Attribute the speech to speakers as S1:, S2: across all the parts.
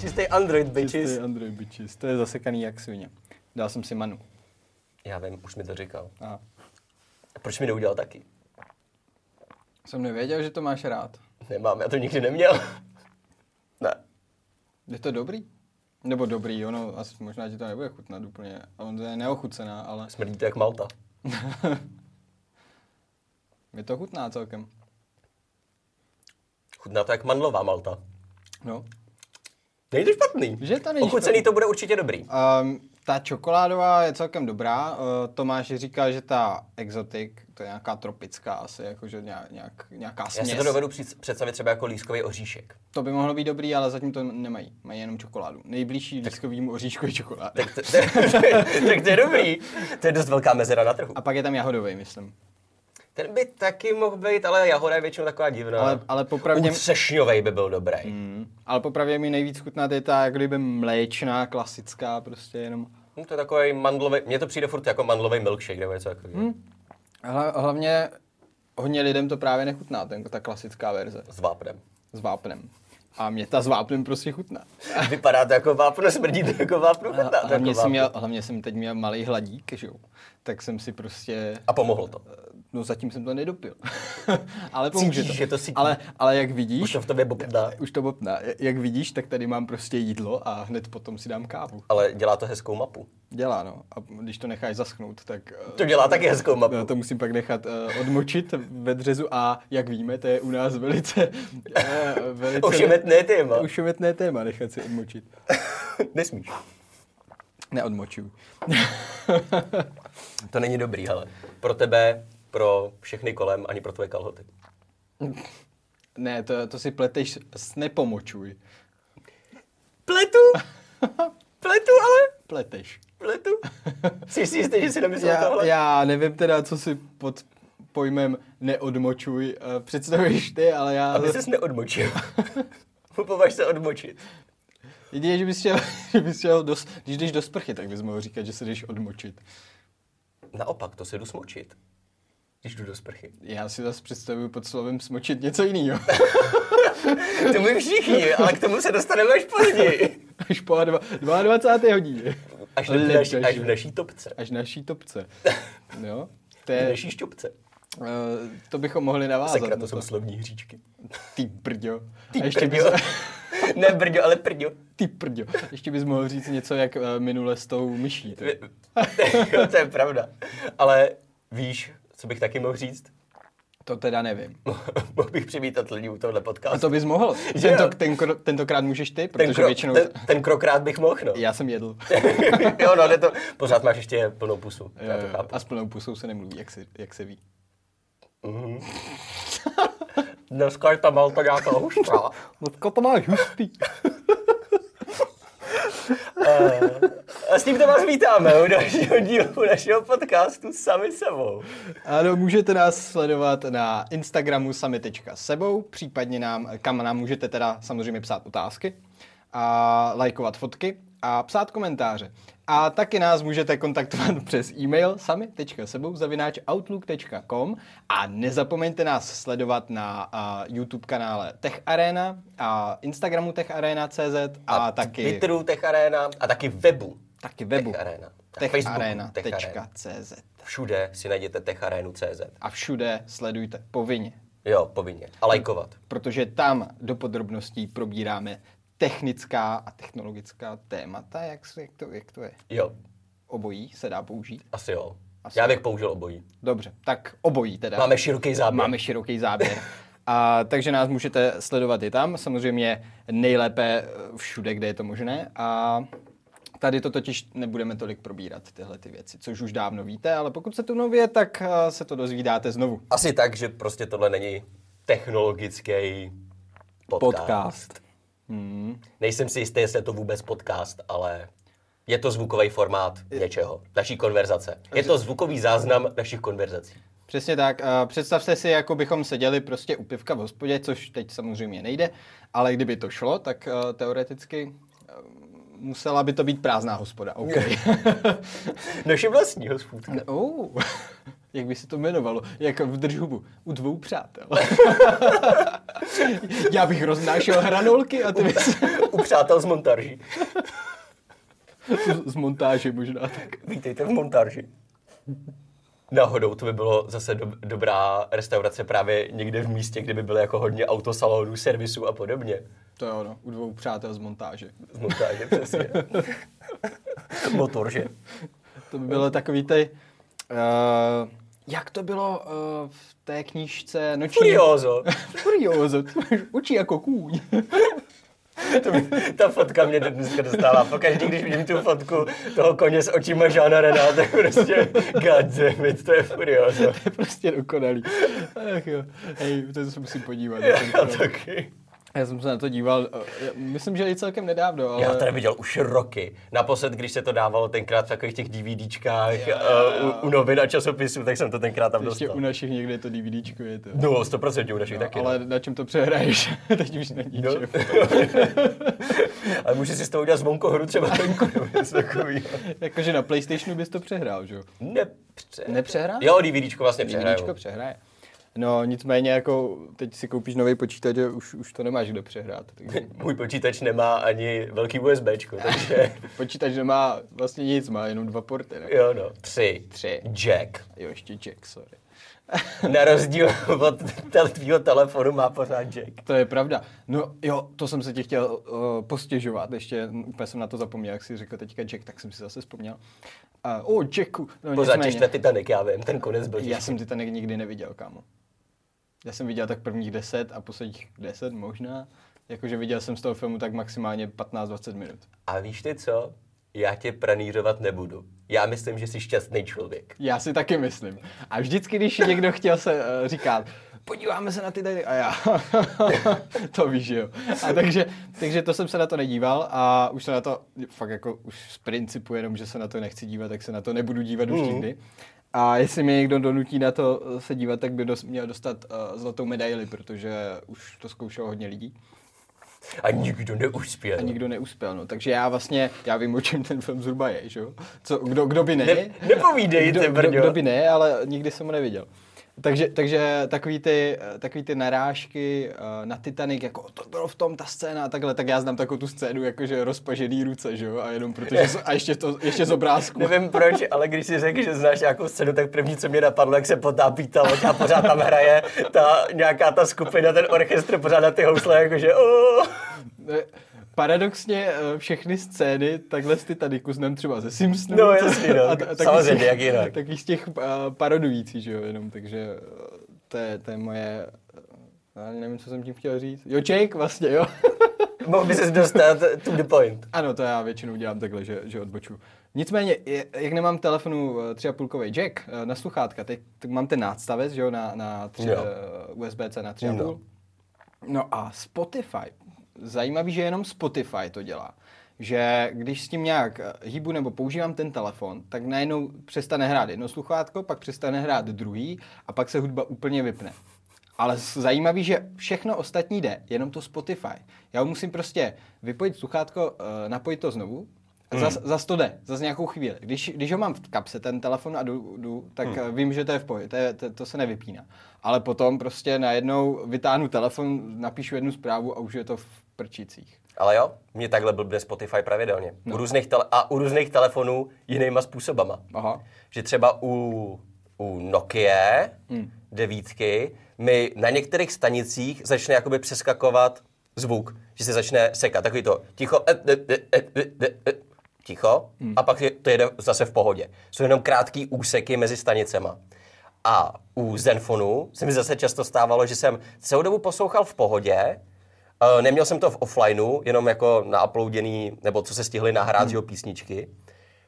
S1: Čistý Android, bitches.
S2: Čistý Android bitches. To je zasekaný jak svině. Dal jsem si manu.
S1: Já vím, už mi to říkal.
S2: A
S1: Proč mi neudělal taky?
S2: jsem nevěděl, že to máš rád.
S1: Nemám, já to nikdy neměl. ne.
S2: Je to dobrý? Nebo dobrý, ono asi možná ti to nebude chutnat úplně. A on to je neochucená, ale
S1: Smrdí to jak Malta.
S2: mi to chutná celkem.
S1: Chutná to jak mandlová Malta.
S2: No.
S1: Není to špatný.
S2: Že to není
S1: Ochucený to bude určitě dobrý.
S2: Um, ta čokoládová je celkem dobrá. Uh, Tomáš říkal, že ta exotic, to je nějaká tropická asi, jakože nějak, nějak, nějaká
S1: Já
S2: směs.
S1: si to dovedu při- představit třeba jako lískový oříšek.
S2: to by mohlo být dobrý, ale zatím to nemají. Mají jenom čokoládu. Nejbližší lískovýmu oříšku je čokoláda.
S1: Tak to, tak to je dobrý. To je dost velká mezera na trhu.
S2: A pak je tam jahodový, myslím.
S1: Ten by taky mohl být, ale jahoda je většinou taková divná.
S2: Ale- ale popravdě-
S1: Útřešňovej by byl dobrý. Hmm.
S2: Mm. Ale popravdě mi nejvíc chutná je ta jak kdyby mléčná, klasická, prostě jenom.
S1: Hm, To je takový mandlový, mně to přijde furt jako mandlový milkshake nebo něco takového.
S2: Hm.
S1: Hmm.
S2: Hla, hlavně hodně lidem to právě nechutná, ten, ta klasická verze
S1: S vápnem.
S2: s vápnem. A mě ta s vápnem prostě chutná.
S1: Vypadá to jako vápno, smrdí to jako vápno.
S2: A,
S1: chutná to
S2: a hlavně,
S1: jako
S2: jsem
S1: vápno.
S2: měl, hlavně jsem teď měl malý hladík, že jo? Tak jsem si prostě...
S1: A pomohlo to.
S2: No zatím jsem to nedopil. ale pomůže
S1: Cítíš,
S2: to.
S1: že to cítíš.
S2: ale, ale jak vidíš...
S1: Už to v tobě bobtná.
S2: Už to bobtná. Jak vidíš, tak tady mám prostě jídlo a hned potom si dám kávu.
S1: Ale dělá to hezkou mapu.
S2: Dělá, no. A když to necháš zaschnout, tak... eh,
S1: To dělá taky hezkou mapu.
S2: No, to musím pak nechat uh, odmočit ve dřezu a jak víme, to je u nás velice... Uh, velice
S1: Ošemetné téma.
S2: Ošemetné téma, nechat si odmočit.
S1: Nesmíš.
S2: Neodmočuju.
S1: To není dobrý, hele. Pro tebe, pro všechny kolem, ani pro tvoje kalhoty.
S2: ne, to, to si pleteš s nepomočuj.
S1: Pletu! Pletu, ale
S2: Pleteš.
S1: pletu. Jsi si jistý, že si nemyslel
S2: Já,
S1: tohle?
S2: já nevím teda, co si pod pojmem neodmočuj eh, představuješ ty, ale já...
S1: Aby ses neodmočil. Popovaž se odmočit.
S2: Jedině, že bys chtěl, že bys chtěl dos, když jdeš do sprchy, tak bys mohl říkat, že se jdeš odmočit.
S1: Naopak, to se jdu smočit. Když jdu do sprchy.
S2: Já si zase představuju pod slovem smočit něco jiného.
S1: To my všichni, ale k tomu se dostaneme až později.
S2: Až po dva- 22. hodině.
S1: Až,
S2: Ale
S1: na, až,
S2: lepší,
S1: až v naší topce.
S2: až naší topce. Jo? To,
S1: V
S2: je,
S1: naší šťupce.
S2: uh, to bychom mohli navázat.
S1: Sakra,
S2: na
S1: to jsou slovní hříčky.
S2: Ty brďo.
S1: Ty
S2: A ještě bys,
S1: brďo. ne brďo, ale prďo.
S2: ty brďo. Ještě bys mohl říct něco, jak eh, minule s tou myší. ty.
S1: Jo, to je pravda. Ale víš, co bych taky mohl říct?
S2: To teda nevím.
S1: mohl bych přivítat lidi u tohle podcastu.
S2: A to bys mohl.
S1: Jo.
S2: Tento, tenkro, tentokrát můžeš ty, protože
S1: ten, krok,
S2: většinou...
S1: ten, ten krokrát bych mohl, no.
S2: Já jsem jedl.
S1: jo, no, jde to, pořád máš ještě plnou pusu,
S2: Jo,
S1: já to
S2: jo,
S1: chápu.
S2: Eh, A s plnou pusou se nemluví, jak se, jak se ví.
S1: Dneska je ta malta nějaká hustá.
S2: Dneska to máš hustý.
S1: Eh, A s tímto vás vítáme u dalšího dílu našeho podcastu Sami sebou.
S2: Ano, můžete nás sledovat na Instagramu sami.sebou, případně nám, kam nám můžete teda samozřejmě psát otázky, a lajkovat fotky a psát komentáře. A taky nás můžete kontaktovat přes e-mail sami.sebou zavináč outlook.com a nezapomeňte nás sledovat na a, YouTube kanále Tech Arena a Instagramu Tech Arena CZ a, a taky,
S1: Twitteru Tech Arena a taky webu
S2: taky webu
S1: Tech Arena. A
S2: Tech
S1: Facebooku
S2: Arena.
S1: Tech Arena.
S2: CZ.
S1: Všude si najděte techarenu.cz.
S2: A všude sledujte povinně.
S1: Jo, povinně. A lajkovat.
S2: protože tam do podrobností probíráme technická a technologická témata, jak, se- jak, to, jak to je.
S1: Jo,
S2: Obojí se dá použít.
S1: asi jo.
S2: Asi
S1: Já bych použil obojí.
S2: Dobře, tak obojí teda.
S1: Máme široký záběr.
S2: Máme široký záběr. A, takže nás můžete sledovat i tam, samozřejmě nejlépe eh, všude, kde je to možné. A tady to totiž nebudeme tolik probírat, tyhle ty věci, což už dávno víte, ale pokud se to nově, tak eh, se to dozvídáte znovu.
S1: Asi tak, že prostě tohle není technologický podcast.
S2: Podcast. Hmm.
S1: Nejsem si jistý, jestli je to vůbec podcast, ale je to zvukový formát něčeho, naší konverzace. Je to zvukový záznam našich konverzací.
S2: Přesně tak. A Představte si, jako bychom seděli prostě u pivka v hospodě, což teď samozřejmě nejde, ale kdyby to šlo, tak eh, teoreticky eh, musela by to být prázdná hospoda. OK.
S1: Naše vlastní hospůdka.
S2: oh. Jak by se to jmenovalo? Jak v držhubu? U dvou přátel. Já bych roznášel hranolky a ty bys...
S1: U přátel z montarží.
S2: z- z montáže možná. Tak.
S1: Vítejte v montáži. Náhodou to by bylo zase dob- dobrá restaurace právě někde v místě, kde by bylo jako hodně autosalonů, servisů a podobně.
S2: To je ono, u dvou přátel z montáže.
S1: Z montáže přesně. Motorže.
S2: To by bylo takový ty... Uh, jak to bylo uh, v té knížce Noční...
S1: Furiozo.
S2: Furiozo, ty máš oči jako kůň.
S1: To mě, ta fotka mě do dneska dostala. Pokaždý, když vidím tu fotku toho koně s očima Žána Rená, tak prostě god damn it, to je furiozo.
S2: To je prostě dokonalý. Ach jo. Hej, to se musím podívat.
S1: Já taky.
S2: Já jsem se na to díval, eh, myslím, že i celkem nedávno, ale...
S1: Já tady viděl už roky. Naposled, když se to dávalo tenkrát v takových těch DVDčkách uh, u, u novin a časopisů, tak jsem to tenkrát tam
S2: Ještě
S1: dostal.
S2: u našich někde to DVDčko je to.
S1: No, 100% u našich
S2: No,
S1: taky.
S2: ale na čem to přehraješ? Teď už není
S1: no.
S2: no.
S1: ale může si z toho udělat zvonko hru třeba venku nebo něco takového.
S2: Jakože na PlayStationu bys to přehrál, že jo?
S1: Nepře...
S2: Nepřehrál?
S1: Jo, DVDčko vlastně
S2: DVDčko
S1: přehraju.
S2: přehraje. No nicméně jako teď si koupíš nový počítač a už, už to nemáš kde přehrát. Takže
S1: Můj počítač nemá ani velký USBčko, takže
S2: počítač nemá vlastně nic, má jenom dva porty. Ne?
S1: jo no. Tři.
S2: Tři.
S1: Jack.
S2: Jo, ještě Jack, sorry.
S1: Na rozdíl od tel- tvýho telefonu má pořád Jack.
S2: To je pravda. No jo, to jsem se ti chtěl uh, postěžovat, ještě mm, úplně jsem na to zapomněl, jak jsi řekl teďka Jack, tak jsem si zase vzpomněl. Uh, o, Jacku, no
S1: Pořád
S2: nicméně.
S1: češta Titanic, já vím, ten konec byl
S2: Já jsem Titanic nikdy neviděl, kámo. Já jsem viděl tak prvních 10 a posledních 10 možná. Jakože viděl jsem z toho filmu tak maximálně 15-20 minut.
S1: A víš ty co? Já tě pranířovat nebudu. Já myslím, že jsi šťastný člověk.
S2: Já si taky myslím. A vždycky, když někdo chtěl se uh, říkat, podíváme se na ty tady, a já, to víš, že jo. A takže, takže to jsem se na to nedíval a už se na to, fakt jako už z principu jenom, že se na to nechci dívat, tak se na to nebudu dívat už nikdy. A jestli mě někdo donutí na to eh, se dívat, tak by dos- měl dostat uh, zlatou medaili, protože už to zkoušelo hodně lidí
S1: A nikdo neuspěl.
S2: a nikdo neuspěl. No. Takže já vlastně, já vím, o čem ten film zhruba je, že jo? Co, kdo, kdo by ne?
S1: Ne- nepovídej,
S2: kdo,
S1: ty
S2: kdo,
S1: brďo.
S2: kdo, by ne, ale nikdy jsem ho neviděl. Takže, takže takový, ty, takový ty narážky eh, na Titanic, jako to bylo v tom ta scéna a takhle, tak já znám takovou tu scénu, jakože rozpažený ruce, že jo, a jenom protože, z- a ještě, to, ještě z obrázku.
S1: Nevím proč, ale když si řekl, že znáš nějakou scénu, tak první, co mě napadlo, jak se potápí ta loď a pořád tam hraje ta, nějaká ta skupina, ten orchestr pořád na ty housle, jakože oh.
S2: Ne, Paradoxně eh, všechny scény takhle z Titanicu znám třeba ze Simpsonů.
S1: No, jasně, no. Samozřejmě, jak jinak.
S2: Taky z těch eh, parodující, že jo, jenom, takže eh, to je, to je moje... eh, Já nevím, co jsem tím chtěl říct. Jo, Jake vlastně, jo.
S1: Mohl by ses dostat to the point.
S2: ano, to já většinou dělám takhle, že, že odboču. Nicméně, je- jak nemám telefonu eh, tři a půlkový jack eh, na sluchátka, tak, tak mám ten nástavec, že jo, na, na tři,
S1: Jo.
S2: eh, USB-C na tři a
S1: No.
S2: půl. No a Spotify. Zajímavý, že jenom Spotify to dělá. Že když s tím nějak eh, hýbu nebo používám ten telefon, tak najednou přestane hrát jedno sluchátko, pak přestane hrát druhý a pak se hudba úplně vypne. Ale s- zajímavý, že všechno ostatní jde, jenom to Spotify. Já musím prostě vypojit sluchátko, eh, napojit to znovu, a
S1: Hmm.
S2: zas, zas to jde, zas nějakou chvíli. Když, když ho mám v kapse, ten telefon a jdu, jdu tak hmm. vím, že to je v pohodě, to, je, to, to se nevypíná. Ale potom prostě najednou vytáhnu telefon, napíšu jednu zprávu a už je to v prčicích.
S1: Ale jo, mě takhle blbne Spotify pravidelně. No. U různých tele- a u různých telefonů jinýma způsobama.
S2: Aha.
S1: že třeba u, u Nokia hmm. devítky mi na některých stanicích začne jakoby přeskakovat zvuk, že se začne sekat. Takový to ticho, eh, eh, eh, eh, eh, eh, eh, ticho hmm. a pak je, to jede zase v pohodě. Jsou jenom krátký úseky mezi stanicema. A u Zenfonu se mi zase často stávalo, že jsem celou dobu poslouchal v pohodě, Eh, Neměl jsem to v offlineu, jenom jako na uploaděný, nebo co se stihly nahrát, hmm. písničky.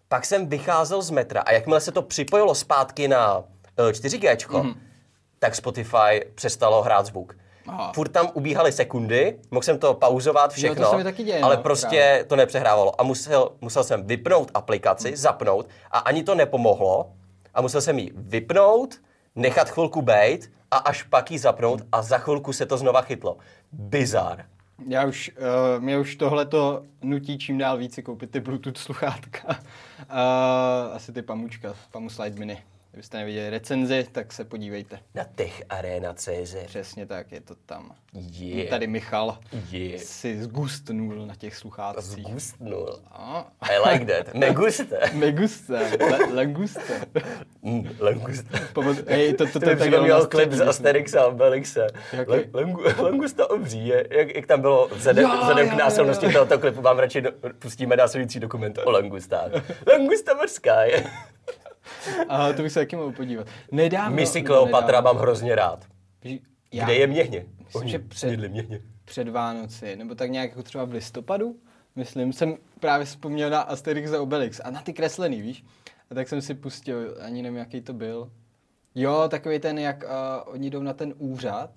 S1: Pak jsem vycházel z metra a jakmile se to připojilo zpátky na eh, 4G,
S2: Mhm.
S1: hmm. tak Spotify přestalo hrát zvuk.
S2: Aha. No,
S1: Furt tam ubíhaly sekundy, mohl jsem to pauzovat, všechno,
S2: se mi taky děje,
S1: ale
S2: no,
S1: prostě
S2: právě. Mhm.
S1: to nepřehrávalo. A musel, musel jsem vypnout aplikaci, zapnout a ani to nepomohlo. A musel jsem ji vypnout, nechat chvilku bejt a až pak ji zapnout a za chvilku se to znova chytlo. Bizar.
S2: Já už, uh, mě už tohleto nutí čím dál více koupit ty Bluetooth sluchátka. Uh, asi ty pamučka, pamu Slide Mini. Kdybyste neviděli recenzi, tak se podívejte.
S1: Na Tech Arena CZ.
S2: Přesně tak, je to tam.
S1: Je.
S2: Tady Michal
S1: Je.
S2: si zgustnul na těch sluchátcích.
S1: Zgustnul.
S2: No,
S1: I like that. Me gusta.
S2: Meguste, le, languste.
S1: Mm, langusta.
S2: Pomod, hej, to, to, to,
S1: To mi
S2: tak bylo na
S1: připomínal klip z
S2: střední.
S1: Asterixa a Obelixa.
S2: Jaký?
S1: Lang- langu- Langusta obří, je, jak, jak tam bylo vzhledem,
S2: Jo,
S1: vzhledem
S2: jo,
S1: k
S2: jo,
S1: násilnosti
S2: jo.
S1: tohoto klipu, vám radši do, pustíme následující dokument o langustách. Langusta mořská je.
S2: Aha, to bych se taky mohl podívat. Nedávno.
S1: Misi
S2: nebo
S1: Kleopatra
S2: nedávno.
S1: mám hrozně rád.
S2: Víš, Já,
S1: Kde je měhně?
S2: Myslím, že před-
S1: Jedli měhně.
S2: Před Vánoci, nebo tak nějak jako třeba v listopadu, myslím, jsem právě vzpomněl na Asterix a Obelix a na ty kreslený, víš? A tak jsem si pustil, ani nevím, jaký to byl. Jo, takový ten, jak uh, oni jdou na ten úřad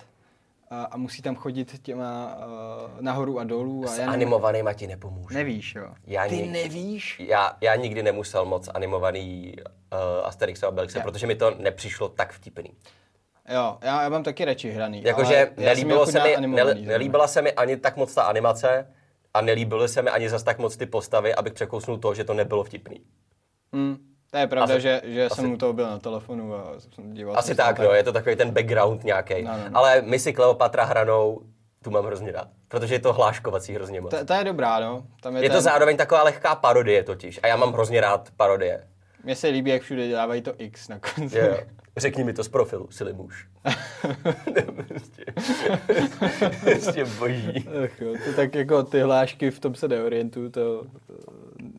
S2: a, a musí tam chodit těma uh, nahoru a dolů. A
S1: S
S2: já nevím-
S1: animovanýma ti nepomůžu.
S2: Nevíš, jo?
S1: Já
S2: Ty
S1: nikdy.
S2: nevíš?
S1: Já, já nikdy nemusel moc animovaný uh, Asterix a Obelixa,
S2: Já-
S1: protože mi to nepřišlo tak vtipný.
S2: Jo, já, já mám taky radši hraný. ale
S1: Jakože
S2: já jsem měl
S1: nelíbilo
S2: chuť
S1: se
S2: na
S1: mi,
S2: animovaný
S1: ne,
S2: zrovna.
S1: nelíbila se mi ani tak moc ta animace a nelíbily se mi ani zas tak moc ty postavy, abych překousnul to, že to nebylo vtipný.
S2: Hmm, to je pravda,
S1: Asi-
S2: že, že
S1: asi-
S2: jsem u toho byl na telefonu a jsem díval
S1: Asi
S2: jsem se
S1: tak,
S2: na-
S1: no, je to takový ten background nějaký.
S2: No, no, no.
S1: Ale my si Kleopatra hranou, tu mám hrozně rád, protože je to hláškovací hrozně moc.
S2: Ta, ta je dobrá, no. Tam je,
S1: Je to
S2: ten,
S1: zároveň taková lehká parodie totiž a já mám hrozně rád parodie.
S2: Mně se líbí, jak všude dělávají to X na konci.
S1: Jo, jo. Řekni mi to z profilu, sily muž. Prostě- Prostě boží.
S2: Ach jo, to tak jako ty hlášky, v tom se neorientuju, to, to-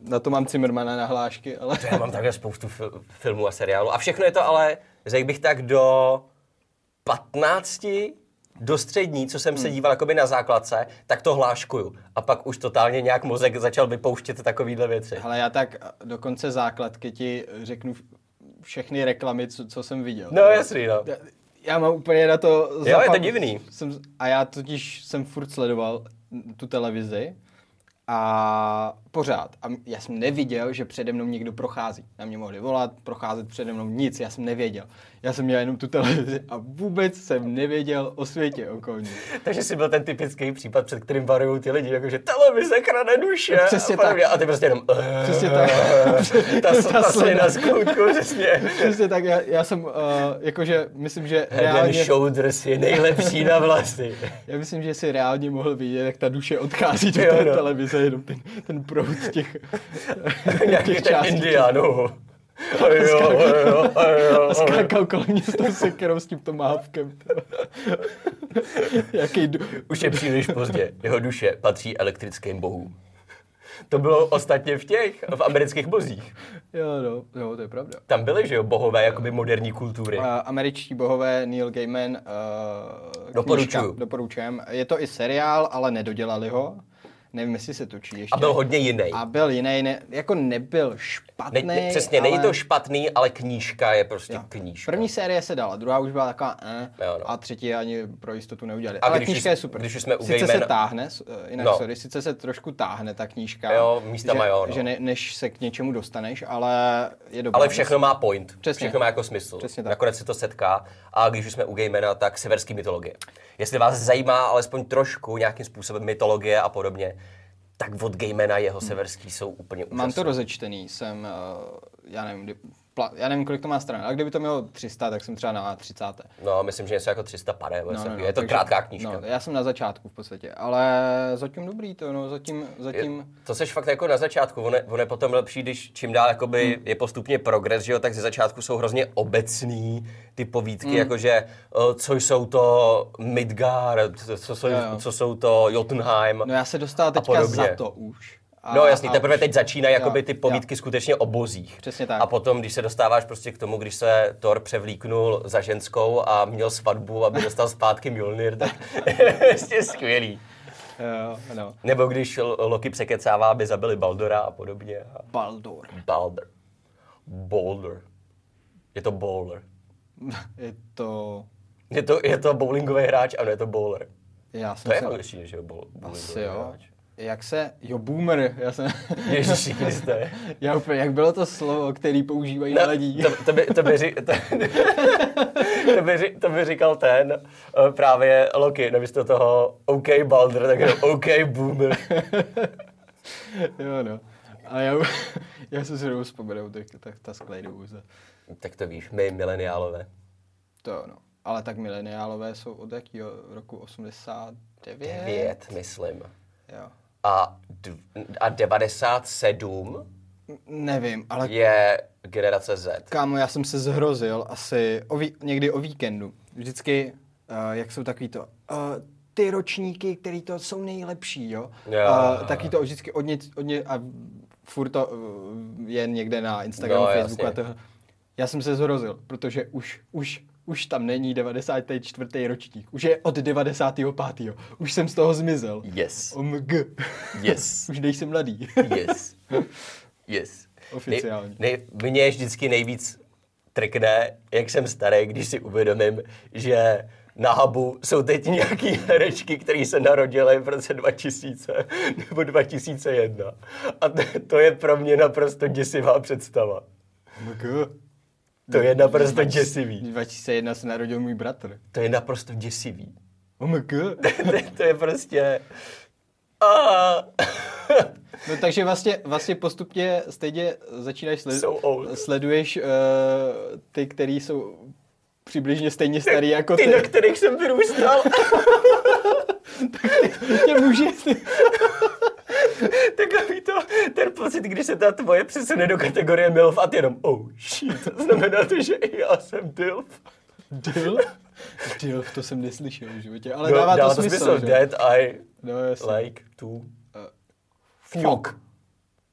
S2: na to mám Cimrmana na hlášky, ale...
S1: To já mám takhle spoustu fil- filmů a seriálů. A všechno je to ale, řekl bych tak, do 15 do střední, co
S2: Hmm.
S1: jsem se díval jakoby na základce, tak to hláškuju. A pak už totálně nějak mozek začal vypouštět takovýhle věci.
S2: Hele, já tak do konce základky ti řeknu všechny reklamy, co, co jsem viděl.
S1: No jasný, no.
S2: Já- Já mám úplně na to
S1: je to
S2: zapam-
S1: divný.
S2: Jsem, a já totiž jsem furt sledoval tu televizi a pořád. A m- já jsem neviděl, že přede mnou někdo prochází. Na mě mohli volat, procházet přede mnou nic, já jsem nevěděl. Já jsem měl jenom tu televizi a vůbec jsem nevěděl o světě okolní.
S1: Takže si byl ten typický případ, před kterým varují ty lidi, jakože televize krade duše.
S2: No, Přesně
S1: a, podobně. a ty prostě jenom... eh,
S2: Přesně tak.
S1: ta, ta, ta slina
S2: slina.
S1: z koutku, přesně.
S2: Přesně tak, já, já jsem, uh, jakože, myslím, že
S1: Head
S2: reálně,
S1: and Shoulders je nejlepší na vlasy.
S2: já myslím, že si reálně mohl vidět, jak ta duše odchází do
S1: Jo,
S2: té
S1: no.
S2: televize, jenom ten, ten proud těch,
S1: Nějaký
S2: těch
S1: ten
S2: částí.
S1: Indiánů. A jo, a jo, a jo,
S2: A
S1: a jo.
S2: skákal kolem mě s tou sekerou, s tím tomahawkem. Jaký du...
S1: Už je příliš pozdě. Jeho duše patří elektrickým bohům. To bylo ostatně v těch, v amerických bozích.
S2: Jo, no, jo, to je pravda.
S1: Tam byly, že jo, bohové jakoby moderní kultury.
S2: Uh, američtí bohové, Neil Gaiman, uh,
S1: Doporučuju.
S2: knížka, doporučujem. Je to i seriál, ale nedodělali ho. Nevím, jestli se točí ještě.
S1: A byl hodně jiný.
S2: a byl jiný, ne, jako nebyl
S1: Ne,
S2: špatný.
S1: ne, přesně,
S2: ale...
S1: není to špatný, ale knížka je prostě
S2: Jo.
S1: knížka.
S2: První série se dala, druhá už byla taková eh,
S1: Jo, no.
S2: a třetí ani pro jistotu neudělali.
S1: A
S2: Ale
S1: když
S2: knížka
S1: už-
S2: je super.
S1: když už jsme u
S2: sice se
S1: Gaimana-
S2: táhne, s- eh, jinak
S1: No.
S2: sorry, sice se trošku táhne ta knížka,
S1: Jo, místama
S2: že,
S1: jo, no.
S2: že ne, než se k něčemu dostaneš, ale je dobrá.
S1: Ale všechno má point.
S2: Přesně.
S1: Všechno má jako smysl.
S2: Přesně tak.
S1: Nakonec se to setká. A když už jsme u Gamena, tak severský mytologie. Jestli vás zajímá alespoň trošku nějakým způsobem mytologie a podobně, tak od Gamena jeho severský jsou úplně úžasné.
S2: Hm. Mám to rozečtený, jsem, eh, já nevím, kdy, pla, já nevím, kolik to má stran, ale kdyby to mělo 300, tak jsem třeba na 30.
S1: No, myslím, že něco jako 350. nebo něco
S2: No, no, no,
S1: takového. je to
S2: takže-
S1: krátká knížka.
S2: No, já jsem na začátku v podstatě, ale zatím dobrý to, no, zatím, zatím...
S1: Je- To seš fakt jako na začátku, ono, ono je potom lepší, když čím dál jakoby
S2: Hm.
S1: je postupně progres, že jo, tak ze začátku jsou hrozně obecný ty povídky,
S2: Hm.
S1: jakože eh, co jsou to Midgard, co jsou,
S2: Jo, jo.
S1: co jsou to Jotunheim.
S2: No já se dostal teďka
S1: podobně.
S2: za to už. A,
S1: No jasný,
S2: a
S1: teprve
S2: už-
S1: teď začínají jakoby
S2: Jo,
S1: ty
S2: jo.
S1: povídky skutečně o bozích.
S2: Přesně tak.
S1: A potom, když se dostáváš prostě k tomu, když se Thor převlíknul za ženskou a měl svatbu, aby dostal zpátky Mjolnir, tak je skvělý.
S2: Jo, no.
S1: Nebo když L- Loki překecává, aby zabili Baldora a podobně. A
S2: Baldur.
S1: Baldur. Boulder. Je to bowler.
S2: Je to...
S1: Je to, je to bowlingový hráč, ano, je to bowler.
S2: Já jsem
S1: To je jako-
S2: se...
S1: angličtině, že jo, bowl- bowlingový
S2: Asi jo.
S1: hráč.
S2: jak se, jo, boomer, já jsem,
S1: Ježiši Kriste.
S2: já úplně, jak bylo to slovo, který používají
S1: Ne,
S2: mladí.
S1: No, To, to, by, to, by, ři- to, to, by, ři- to by říkal ten, eh, právě Loki, namísto toho OK Balder, tak jenom OK Boomer.
S2: jo, no. A já, já jsem si jenom vzpomenout, tak, tak ta sklejdu úze.
S1: Tak to víš, my mileniálové.
S2: To jo, no. Ale tak mileniálové jsou od jakého roku 89?
S1: Pět, myslím.
S2: Jo.
S1: A, dv, a 97
S2: N- Nevím, ale
S1: je generace Z.
S2: Kámo, já jsem se zhrozil asi o ví- někdy o víkendu. Vždycky, uh, jak jsou takový to, uh, ty ročníky, který to jsou nejlepší, jo?
S1: Jo.
S2: Uh, taky to vždycky od ně, od ně a furt to uh, je někde na Instagramu,
S1: No,
S2: no, Facebooku
S1: jasně.
S2: jasně. a toho. Já jsem se zhrozil, protože už, už, už tam není 94. ročník. Už je od 95. Už jsem z toho zmizel.
S1: Yes.
S2: OMG.
S1: Yes.
S2: už nejsem mladý.
S1: Yes. Yes.
S2: Oficiálně.
S1: Ne, ne, mě vždycky nejvíc trkne, jak jsem starý, když si uvědomím, že na hubu jsou teď nějaký herečky, které se narodily v roce 2000 nebo 2001. A t- to je pro mě naprosto děsivá představa.
S2: OMG.
S1: To je naprosto děsivý.
S2: 2001 se narodil můj bratr.
S1: To je naprosto děsivý.
S2: Oh my god.
S1: to, to je prostě... A...
S2: No takže vlastně, vlastně postupně stejně začínáš sled,
S1: So old.
S2: sleduješ uh, ty, který jsou přibližně stejně starý jako
S1: Ty,
S2: ty.
S1: na kterých jsem vyrůstal,
S2: Tě může, ty.
S1: takový to, ten pocit, když se ta tvoje přesune do kategorie MILF a ty jenom, oh shit, to znamená to, že i já jsem DILF.
S2: Dyl? Dyl, to jsem neslyšel v životě, ale
S1: No,
S2: dává, to, smysl, že? Eh,
S1: Dead I
S2: No jasně.
S1: like to fuck.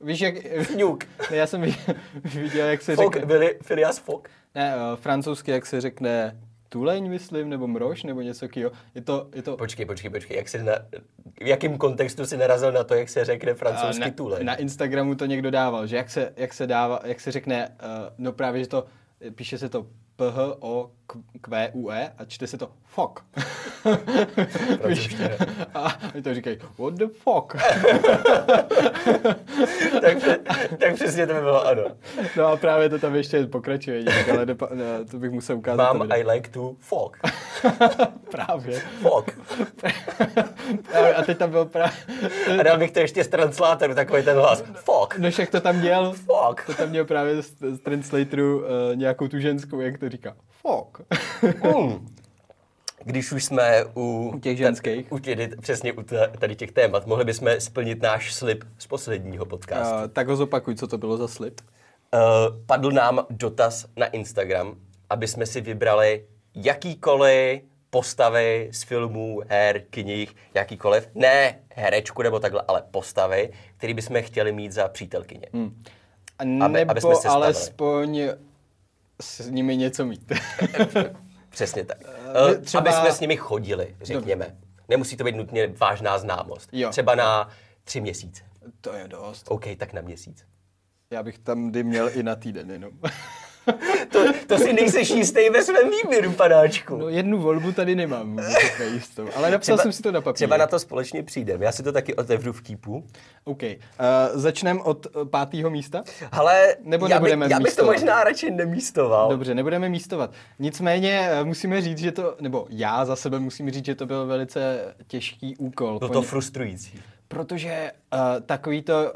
S2: Víš, jak...
S1: Fňuk.
S2: Ne, já jsem vi- viděl, jak se
S1: Fok,
S2: řekne...
S1: byli Filias Fok.
S2: Ne, eh, francouzsky, jak se řekne tuleň, myslím, nebo mrož, nebo něco kýho. Je to, je to
S1: Počkej, počkej, počkej, jak jsi na, v jakém kontextu jsi narazil na to, jak se řekne francouzský
S2: Eh, na,
S1: tule?
S2: Na Instagramu to někdo dával, že jak se, jak se, dává, jak se řekne, uh, no právě, že to, píše se to p h o q u e a čte se to fuck. Víš?
S1: Francouzština.
S2: a oni to říkají, what the fuck.
S1: tak, pře- tak přesně to by bylo ano.
S2: no a právě to tam ještě pokračuje nějak, ale dopa- no, to bych musel ukázat. to
S1: Mám
S2: video.
S1: I like to fuck.
S2: právě.
S1: Fuck.
S2: Právě, A teď tam byl právě,
S1: A dal bych to ještě z translátoru, takový ten hlas. Fuck.
S2: no však to tam dělal,
S1: Fuck.
S2: to tam měl právě z, z translatoru uh, nějakou tu ženskou, jak to říká. Fuck.
S1: Mm. Když už jsme u,
S2: U těch ženských.
S1: u tě, přesně u t- tady těch témat, mohli bychom splnit náš slib z posledního podcastu.
S2: Uh, tak ho zopakuj, co to bylo za slib.
S1: Uh, padl nám dotaz na Instagram, aby jsme si vybrali jakýkoliv postavy z filmů, her, knih, jakýkoliv, ne herečku nebo takhle, ale postavy, který bychom chtěli mít za přítelkyně. Hmm.
S2: A
S1: Aby-
S2: nebo
S1: aby jsme se stavili.
S2: alespoň s nimi něco mít.
S1: Přesně tak.
S2: Eh,
S1: Uh,
S2: třeba-
S1: Aby jsme s nimi chodili, řekněme. Nemusí to být nutně vážná známost.
S2: Jo.
S1: Třeba na tři měsíce.
S2: to je dost.
S1: OK, tak na měsíc.
S2: Já bych tam kdy měl i na týden jenom.
S1: To, to si nejseš jistý ve svém výběru, panáčku.
S2: No jednu volbu tady nemám, vůbec takhle jistou. Ale napsal jsem si to na papír.
S1: Třeba na to společně přijdeme. Já si to taky otevřu v kýpu.
S2: OK. Uh, začneme od eh, pátého místa.
S1: Ale
S2: Nebo
S1: já, by,
S2: nebudeme
S1: já bych to
S2: místovat.
S1: možná radši nemístoval.
S2: Dobře, nebudeme místovat. Nicméně eh, musíme říct, že to, nebo já za sebe musím říct, že to byl velice těžký úkol.
S1: Bylo to frustrující.
S2: Protože uh, takový to...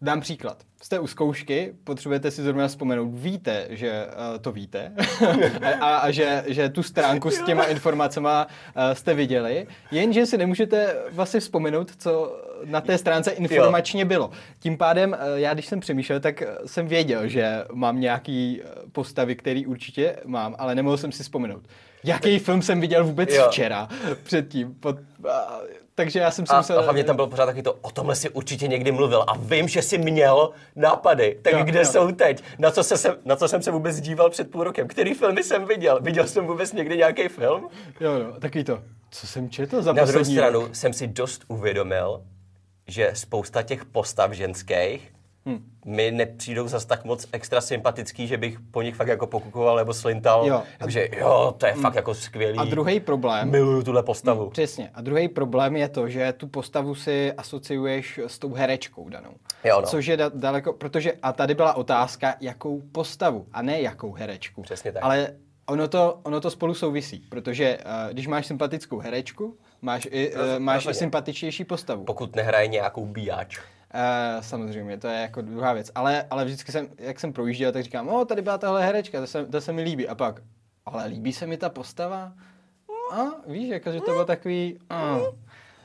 S2: Dám příklad. Jste u zkoušky, potřebujete si zrovna vzpomenout, víte, že uh, to víte a, a, a že, že tu stránku s těma informacemi uh, jste viděli, jenže si nemůžete vlastně vzpomenout, co na té stránce informačně bylo. Tím pádem, uh, já když jsem přemýšlel, tak eh, jsem věděl, že mám nějaký eh, postavy, který určitě mám, ale nemohl jsem si vzpomenout. Jaký film jsem viděl vůbec
S1: Jo.
S2: včera předtím? Pod, a, takže já jsem si
S1: A,
S2: musel...
S1: a hlavně tam bylo pořád taky to, o tomhle si určitě někdy mluvil a vím, že jsi měl nápady. Tak
S2: Jo,
S1: kde
S2: jo.
S1: jsou teď? Na co, se sem, na co jsem se vůbec díval před půl rokem? Který filmy jsem viděl? Viděl jsem vůbec někdy nějaký film?
S2: Jo, no, takový to. Co jsem četl za
S1: Na druhou
S2: poslední rok?
S1: stranu jsem si dost uvědomil, že spousta těch postav ženských
S2: Hm.
S1: hmm. mi nepřijdou zas tak moc extra sympatický, že bych po nich fakt jako pokukoval nebo slintal.
S2: Jo. Hm.
S1: Takže jo, to je fakt jako skvělý.
S2: A druhý Hm. problém,
S1: Miluju tuhle postavu.
S2: Přesně. A druhý problém je to, že tu postavu si asociuješ s tou herečkou danou.
S1: Jo, no.
S2: Což je da- daleko, protože a tady byla otázka, jakou postavu a ne jakou herečku.
S1: Přesně tak.
S2: Ale ono to, ono to spolu souvisí, protože uh, když máš sympatickou herečku, máš i, uh, máš i
S1: rozhodně.
S2: sympatičnější postavu.
S1: Pokud nehraje nějakou bíjač.
S2: Uh, samozřejmě, to je jako druhá věc. Ale, ale vždycky jsem, jak jsem projížděl, tak říkám, o, tady byla tahle herečka, to se, to se mi líbí. A pak, ale líbí se mi ta postava? A víš, jako, že to bylo takový... A.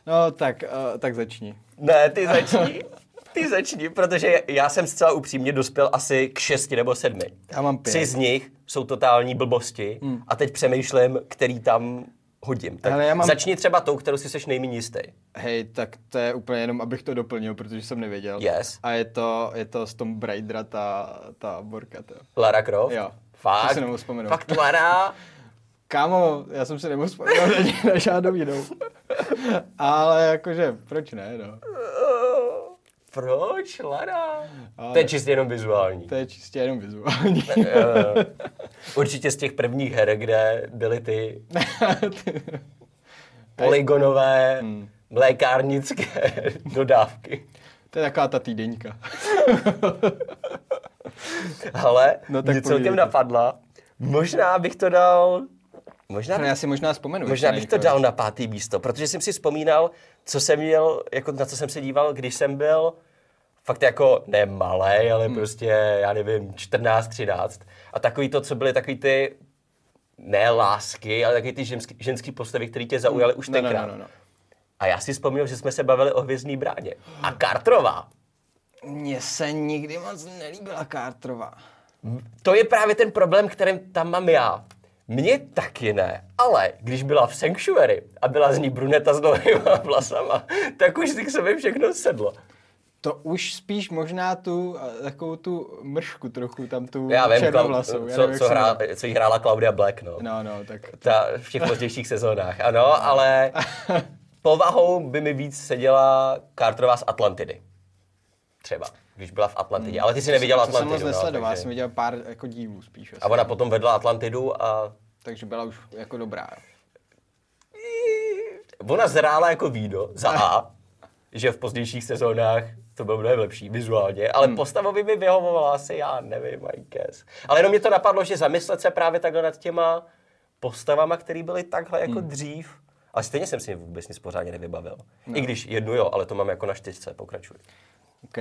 S2: No, tak, uh, tak začni.
S1: Ne, ty začni. Ty začni, protože já jsem zcela upřímně dospěl asi k šesti nebo sedmi.
S2: Já mám pět.
S1: Tři z nich jsou totální blbosti a teď přemýšlím, který tam hodím. Tak
S2: Hele, já mám-
S1: Začni třeba tou, kterou si seš nejméně jistý.
S2: Hej, tak to je úplně jenom, abych to doplnil, protože jsem nevěděl.
S1: Yes.
S2: A je to, je to z tom Braidra ta, ta borka. To.
S1: Lara Croft?
S2: Jo. To
S1: Fakt?
S2: si nemohu vzpomenout.
S1: Fakt Lara?
S2: Kámo, já jsem si nemohl vzpomenout ani na žádnou jinou. ale jakože, proč ne, no.
S1: Eh, Proč Lara? To je čistě jenom vizuální.
S2: To je čistě jenom vizuální.
S1: Eh, Určitě z těch prvních her, kde byly ty polygonové,
S2: Hmm.
S1: mlékárnické dodávky.
S2: To je taková ta týdeňka.
S1: Ale
S2: No
S1: no,
S2: tak
S1: tak mě celkem
S2: povídejte.
S1: napadla. Možná bych to dal... Možná
S2: No,
S1: bych,
S2: já si možná vzpomenu.
S1: možná
S2: ještě
S1: bych
S2: na
S1: to
S2: někoho.
S1: dal na pátý místo, protože jsem si vzpomínal, co jsem měl, jako na co jsem se díval, když jsem byl fakt jako, ne malý, ale hmm. prostě, já nevím, 14, 13. A takový to, co byly takový ty ne lásky, ale takový ty ženský, ženský postavy, které tě zaujaly už
S2: No, no,
S1: tenkrát.
S2: no, no, no.
S1: A já si vzpomněl, že jsme se bavili o Hvězdný bráně. A Kartrová.
S2: Mně se nikdy moc nelíbila Carterová.
S1: To je právě ten problém, kterým tam mám já. Mně taky ne, ale když byla v Sanctuary a byla z ní bruneta s dlouhýma vlasama, tak už si k sobě všechno sedlo.
S2: To už spíš možná tu, eh, takovou tu mršku trochu, tam tu
S1: Já vím,
S2: černovlasou.
S1: Klau-
S2: Já
S1: co,
S2: nevím,
S1: co,
S2: jak se
S1: hrá,
S2: jmenuje.
S1: co jí hrála Claudia Black, no.
S2: No, no, tak.
S1: Ta, v těch pozdějších sezónách, ano, ale povahou by mi víc seděla Carterová z Atlantidy. Třeba, když byla v Atlantidě. Ale ty si neviděla
S2: Hmm. to jsem moc
S1: Atlantidu. no,
S2: nesledoval, já
S1: takže...
S2: jsem viděl pár jako dílů spíš. Asi.
S1: A ona potom vedla Atlantidu a
S2: Takže byla už jako dobrá. jo.
S1: Ona zrála jako víno za A, že v pozdějších sezónách to bylo mnohem lepší vizuálně, ale hmm. postavově mi vyhovovala asi, já nevím, I guess. Ale jenom mě to napadlo, že zamyslet se právě takhle nad těma postavama, které byly takhle jako hmm. dřív. A stejně jsem si vůbec nic pořádně nevybavil. No. I když jednu jo, ale to mám jako na čtyřce, pokračuj.
S2: OK,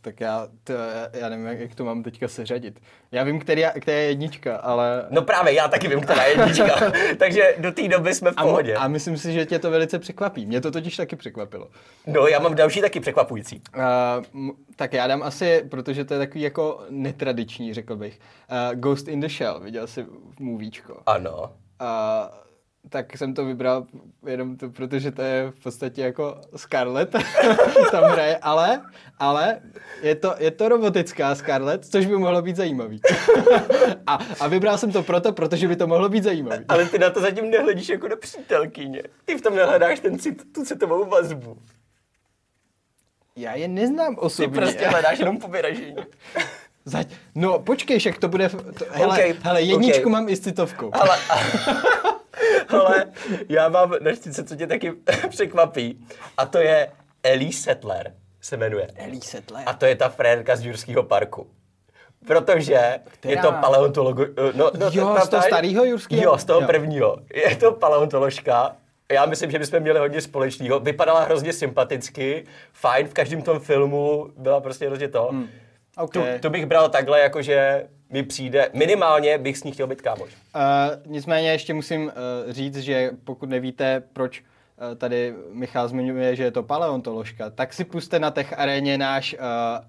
S2: tak já, to, já nevím, jak- jak to mám teďka seřadit. Já vím, který, která je jednička, ale...
S1: No právě, já taky vím, která je jednička. Takže do té doby jsme v
S2: A, mo-
S1: pohodě.
S2: a myslím si, že tě to velice překvapí. Mě to totiž taky překvapilo.
S1: No, já mám další taky překvapující.
S2: Uh, m- tak já dám asi, protože to je takový jako netradiční, řekl bych. Uh, Ghost in the Shell, viděl jsi movíčko. Uh,
S1: Ano.
S2: tak jsem to vybral jenom to, protože to je v podstatě jako Scarlett tam hraje, ale, ale je, to, je to robotická Scarlett, což by mohlo být zajímavý. a, a vybral jsem to proto, protože by to mohlo být zajímavý.
S1: Ale ty na to zatím nehledíš jako na přítelkyně. Ty v tom nehledáš ten cit, tu citovou vazbu.
S2: Já je neznám
S1: Ty
S2: osobně.
S1: prostě hledáš jenom po vyražení.
S2: Zať... No počkej, však to bude... v- To, hele, okay, hele, jedničku
S1: okay.
S2: okay. mám i s citovkou.
S1: Ale, ale já mám na štěce, co tě taky překvapí. A to je Ellie Settler, se jmenuje.
S2: Ellie Settler.
S1: A to je ta frérka z Jurského parku. Protože Která? je to paleontologo... No, no,
S2: Jo, z toho starýho Jurskýho?
S1: Jo, z toho
S2: Jo.
S1: prvního. Je to paleontoložka. Já myslím, že bychom měli hodně společného. Vypadala hrozně sympaticky, fajn, v každém tom filmu byla prostě hrozně to. Hmm.
S2: Ok.
S1: Tu, tu bych bral takhle, jakože mi přijde, minimálně bych s ní chtěl být kámoš.
S2: Uh, nicméně ještě musím uh, říct, že pokud nevíte, proč uh, tady Michal zmiňuje, že je to paleontoložka, tak si puste na Tech Areně náš uh,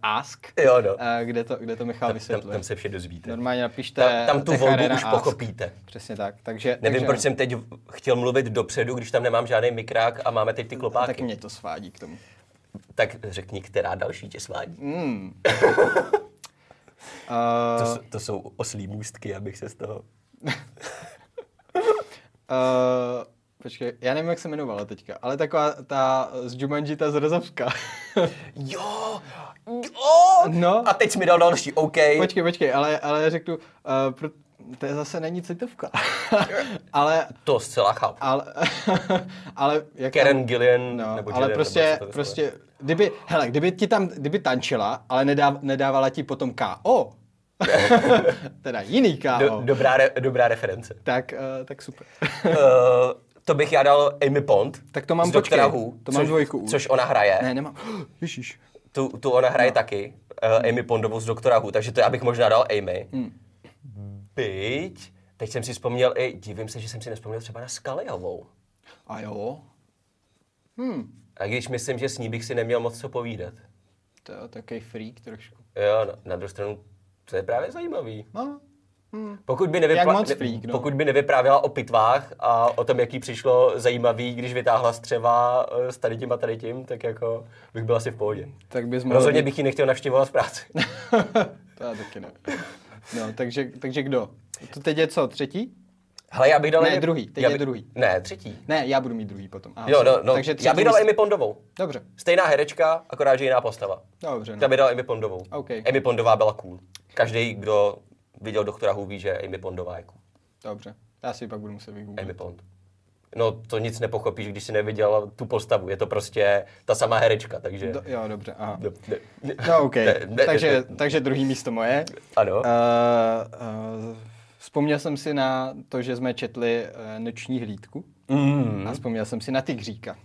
S2: Ask,
S1: Jo, no.
S2: uh, kde, to, kde to Michal
S1: Tam,
S2: vysvětluje.
S1: tam se vše dozvíte.
S2: Normálně napište
S1: Tam, tam tu
S2: Tech
S1: volbu
S2: Arena
S1: už
S2: Ask.
S1: pochopíte.
S2: Přesně tak. Takže,
S1: Nevím,
S2: takže,
S1: proč jsem teď chtěl mluvit dopředu, když tam nemám žádný mikrák a máme teď ty klopáky.
S2: no, Tak mě to svádí k tomu.
S1: Tak řekni, která další tě svádí.
S2: No. Uh, Eh,
S1: To, s- to jsou oslí můstky, abych se z toho...
S2: uh, Počkej, já nevím, jak se jmenovala teďka, ale taková ta z Jumanji, ta z Rozavka.
S1: Jo, jo.
S2: No.
S1: A teď jsi mi dal další, OK.
S2: počkej, počkej, ale, ale řeknu, uh, pro, to je zase není citovka. ale,
S1: To zcela chápu.
S2: ale, ale jak tam-
S1: Karen Gillian,
S2: No,
S1: nebo
S2: ale
S1: Gillian,
S2: prostě,
S1: nebo jak se to vyslovuje.
S2: prostě, kdyby, hele, kdyby ti tam, kdyby tančila, ale nedáv, nedávala ti potom KO, teda jiný KO,
S1: Do, dobrá, re, dobrá reference.
S2: tak, uh, tak super.
S1: uh, to bych já dal Amy Pond.
S2: Tak to mám,
S1: z Doktora
S2: počkej,
S1: Who,
S2: to mám
S1: což,
S2: dvojku už.
S1: Což ona hraje.
S2: ne, No. nemám. Ježíš.
S1: Tu, tu ona hraje taky, uh, Amy Pondovu z Doktora Who, takže to já bych možná dal Amy. Hmm. Byť, teď jsem si vzpomněl i, divím se, že jsem si nevzpomněl třeba na Scullyovou.
S2: A jo,
S1: A když myslím, že s ní bych si neměl moc co povídat.
S2: to je takový freak trošku.
S1: Jo, na, na druhou stranu, to je právě zajímavý.
S2: No,
S1: Pokud by,
S2: Jak
S1: nevypra-
S2: moc
S1: ne-
S2: freak, no.
S1: pokud by nevyprávěla o pitvách a o tom, jaký přišlo zajímavý, když vytáhla střeva eh, s tady tím a tady tím, tak jako bych byl asi v pohodě.
S2: tak bys mohl...
S1: Rozhodně bych ji nechtěl navštěvovat v práci.
S2: To já taky ne. No, takže, takže kdo? To teď je co, třetí?
S1: Hele, já bych dal...
S2: Ne,
S1: Amy-
S2: druhý, teď
S1: já
S2: je
S1: by-
S2: druhý.
S1: Ne, třetí.
S2: Ne, já budu mít druhý potom. Aha,
S1: Jo, no,
S2: sorry.
S1: no. Takže
S2: Takže
S1: já bych dal
S2: místo-
S1: Amy Pondovou.
S2: Dobře,
S1: Stejná herečka, akorát, že jiná postava.
S2: dobře. No.
S1: Já bych dal Amy Pondovou.
S2: OK.
S1: Amy Pondová byla cool. Každý, kdo viděl doktora Who, ví, že Amy Pondová je cool.
S2: Dobře, já si ji pak budu muset vygooglit.
S1: Amy Hmm. Pond. No, to nic nepochopíš, když si neviděl tu postavu. Je to prostě ta samá herečka, takže...
S2: Do, jo, dobře, aha.
S1: Ne, ne, ne.
S2: No, OK.
S1: Ne, ne,
S2: takže,
S1: ne,
S2: takže druhý místo moje.
S1: Ano.
S2: Uh, uh, vzpomněl jsem si na to, že jsme četli uh, Noční hlídku
S1: Mm.
S2: a vzpomněl jsem si na Tygříka.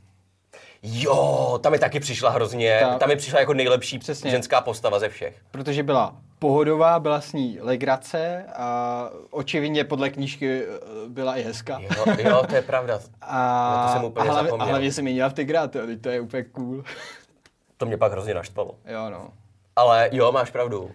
S1: Jo, tam mi taky přišla hrozně,
S2: Tak.
S1: tam mi přišla jako nejlepší
S2: Přesně.
S1: ženská postava ze všech.
S2: Protože byla pohodová, byla s ní legrace a očividně podle knížky eh, byla i hezká.
S1: Jo, jo to je pravda.
S2: A,
S1: Na to jsem úplně
S2: a, hlavně, a
S1: zapomněl.
S2: hlavně se měnila v Tygra, to, to je úplně cool.
S1: To mě pak hrozně naštvalo.
S2: jo, no.
S1: Ale jo, máš pravdu.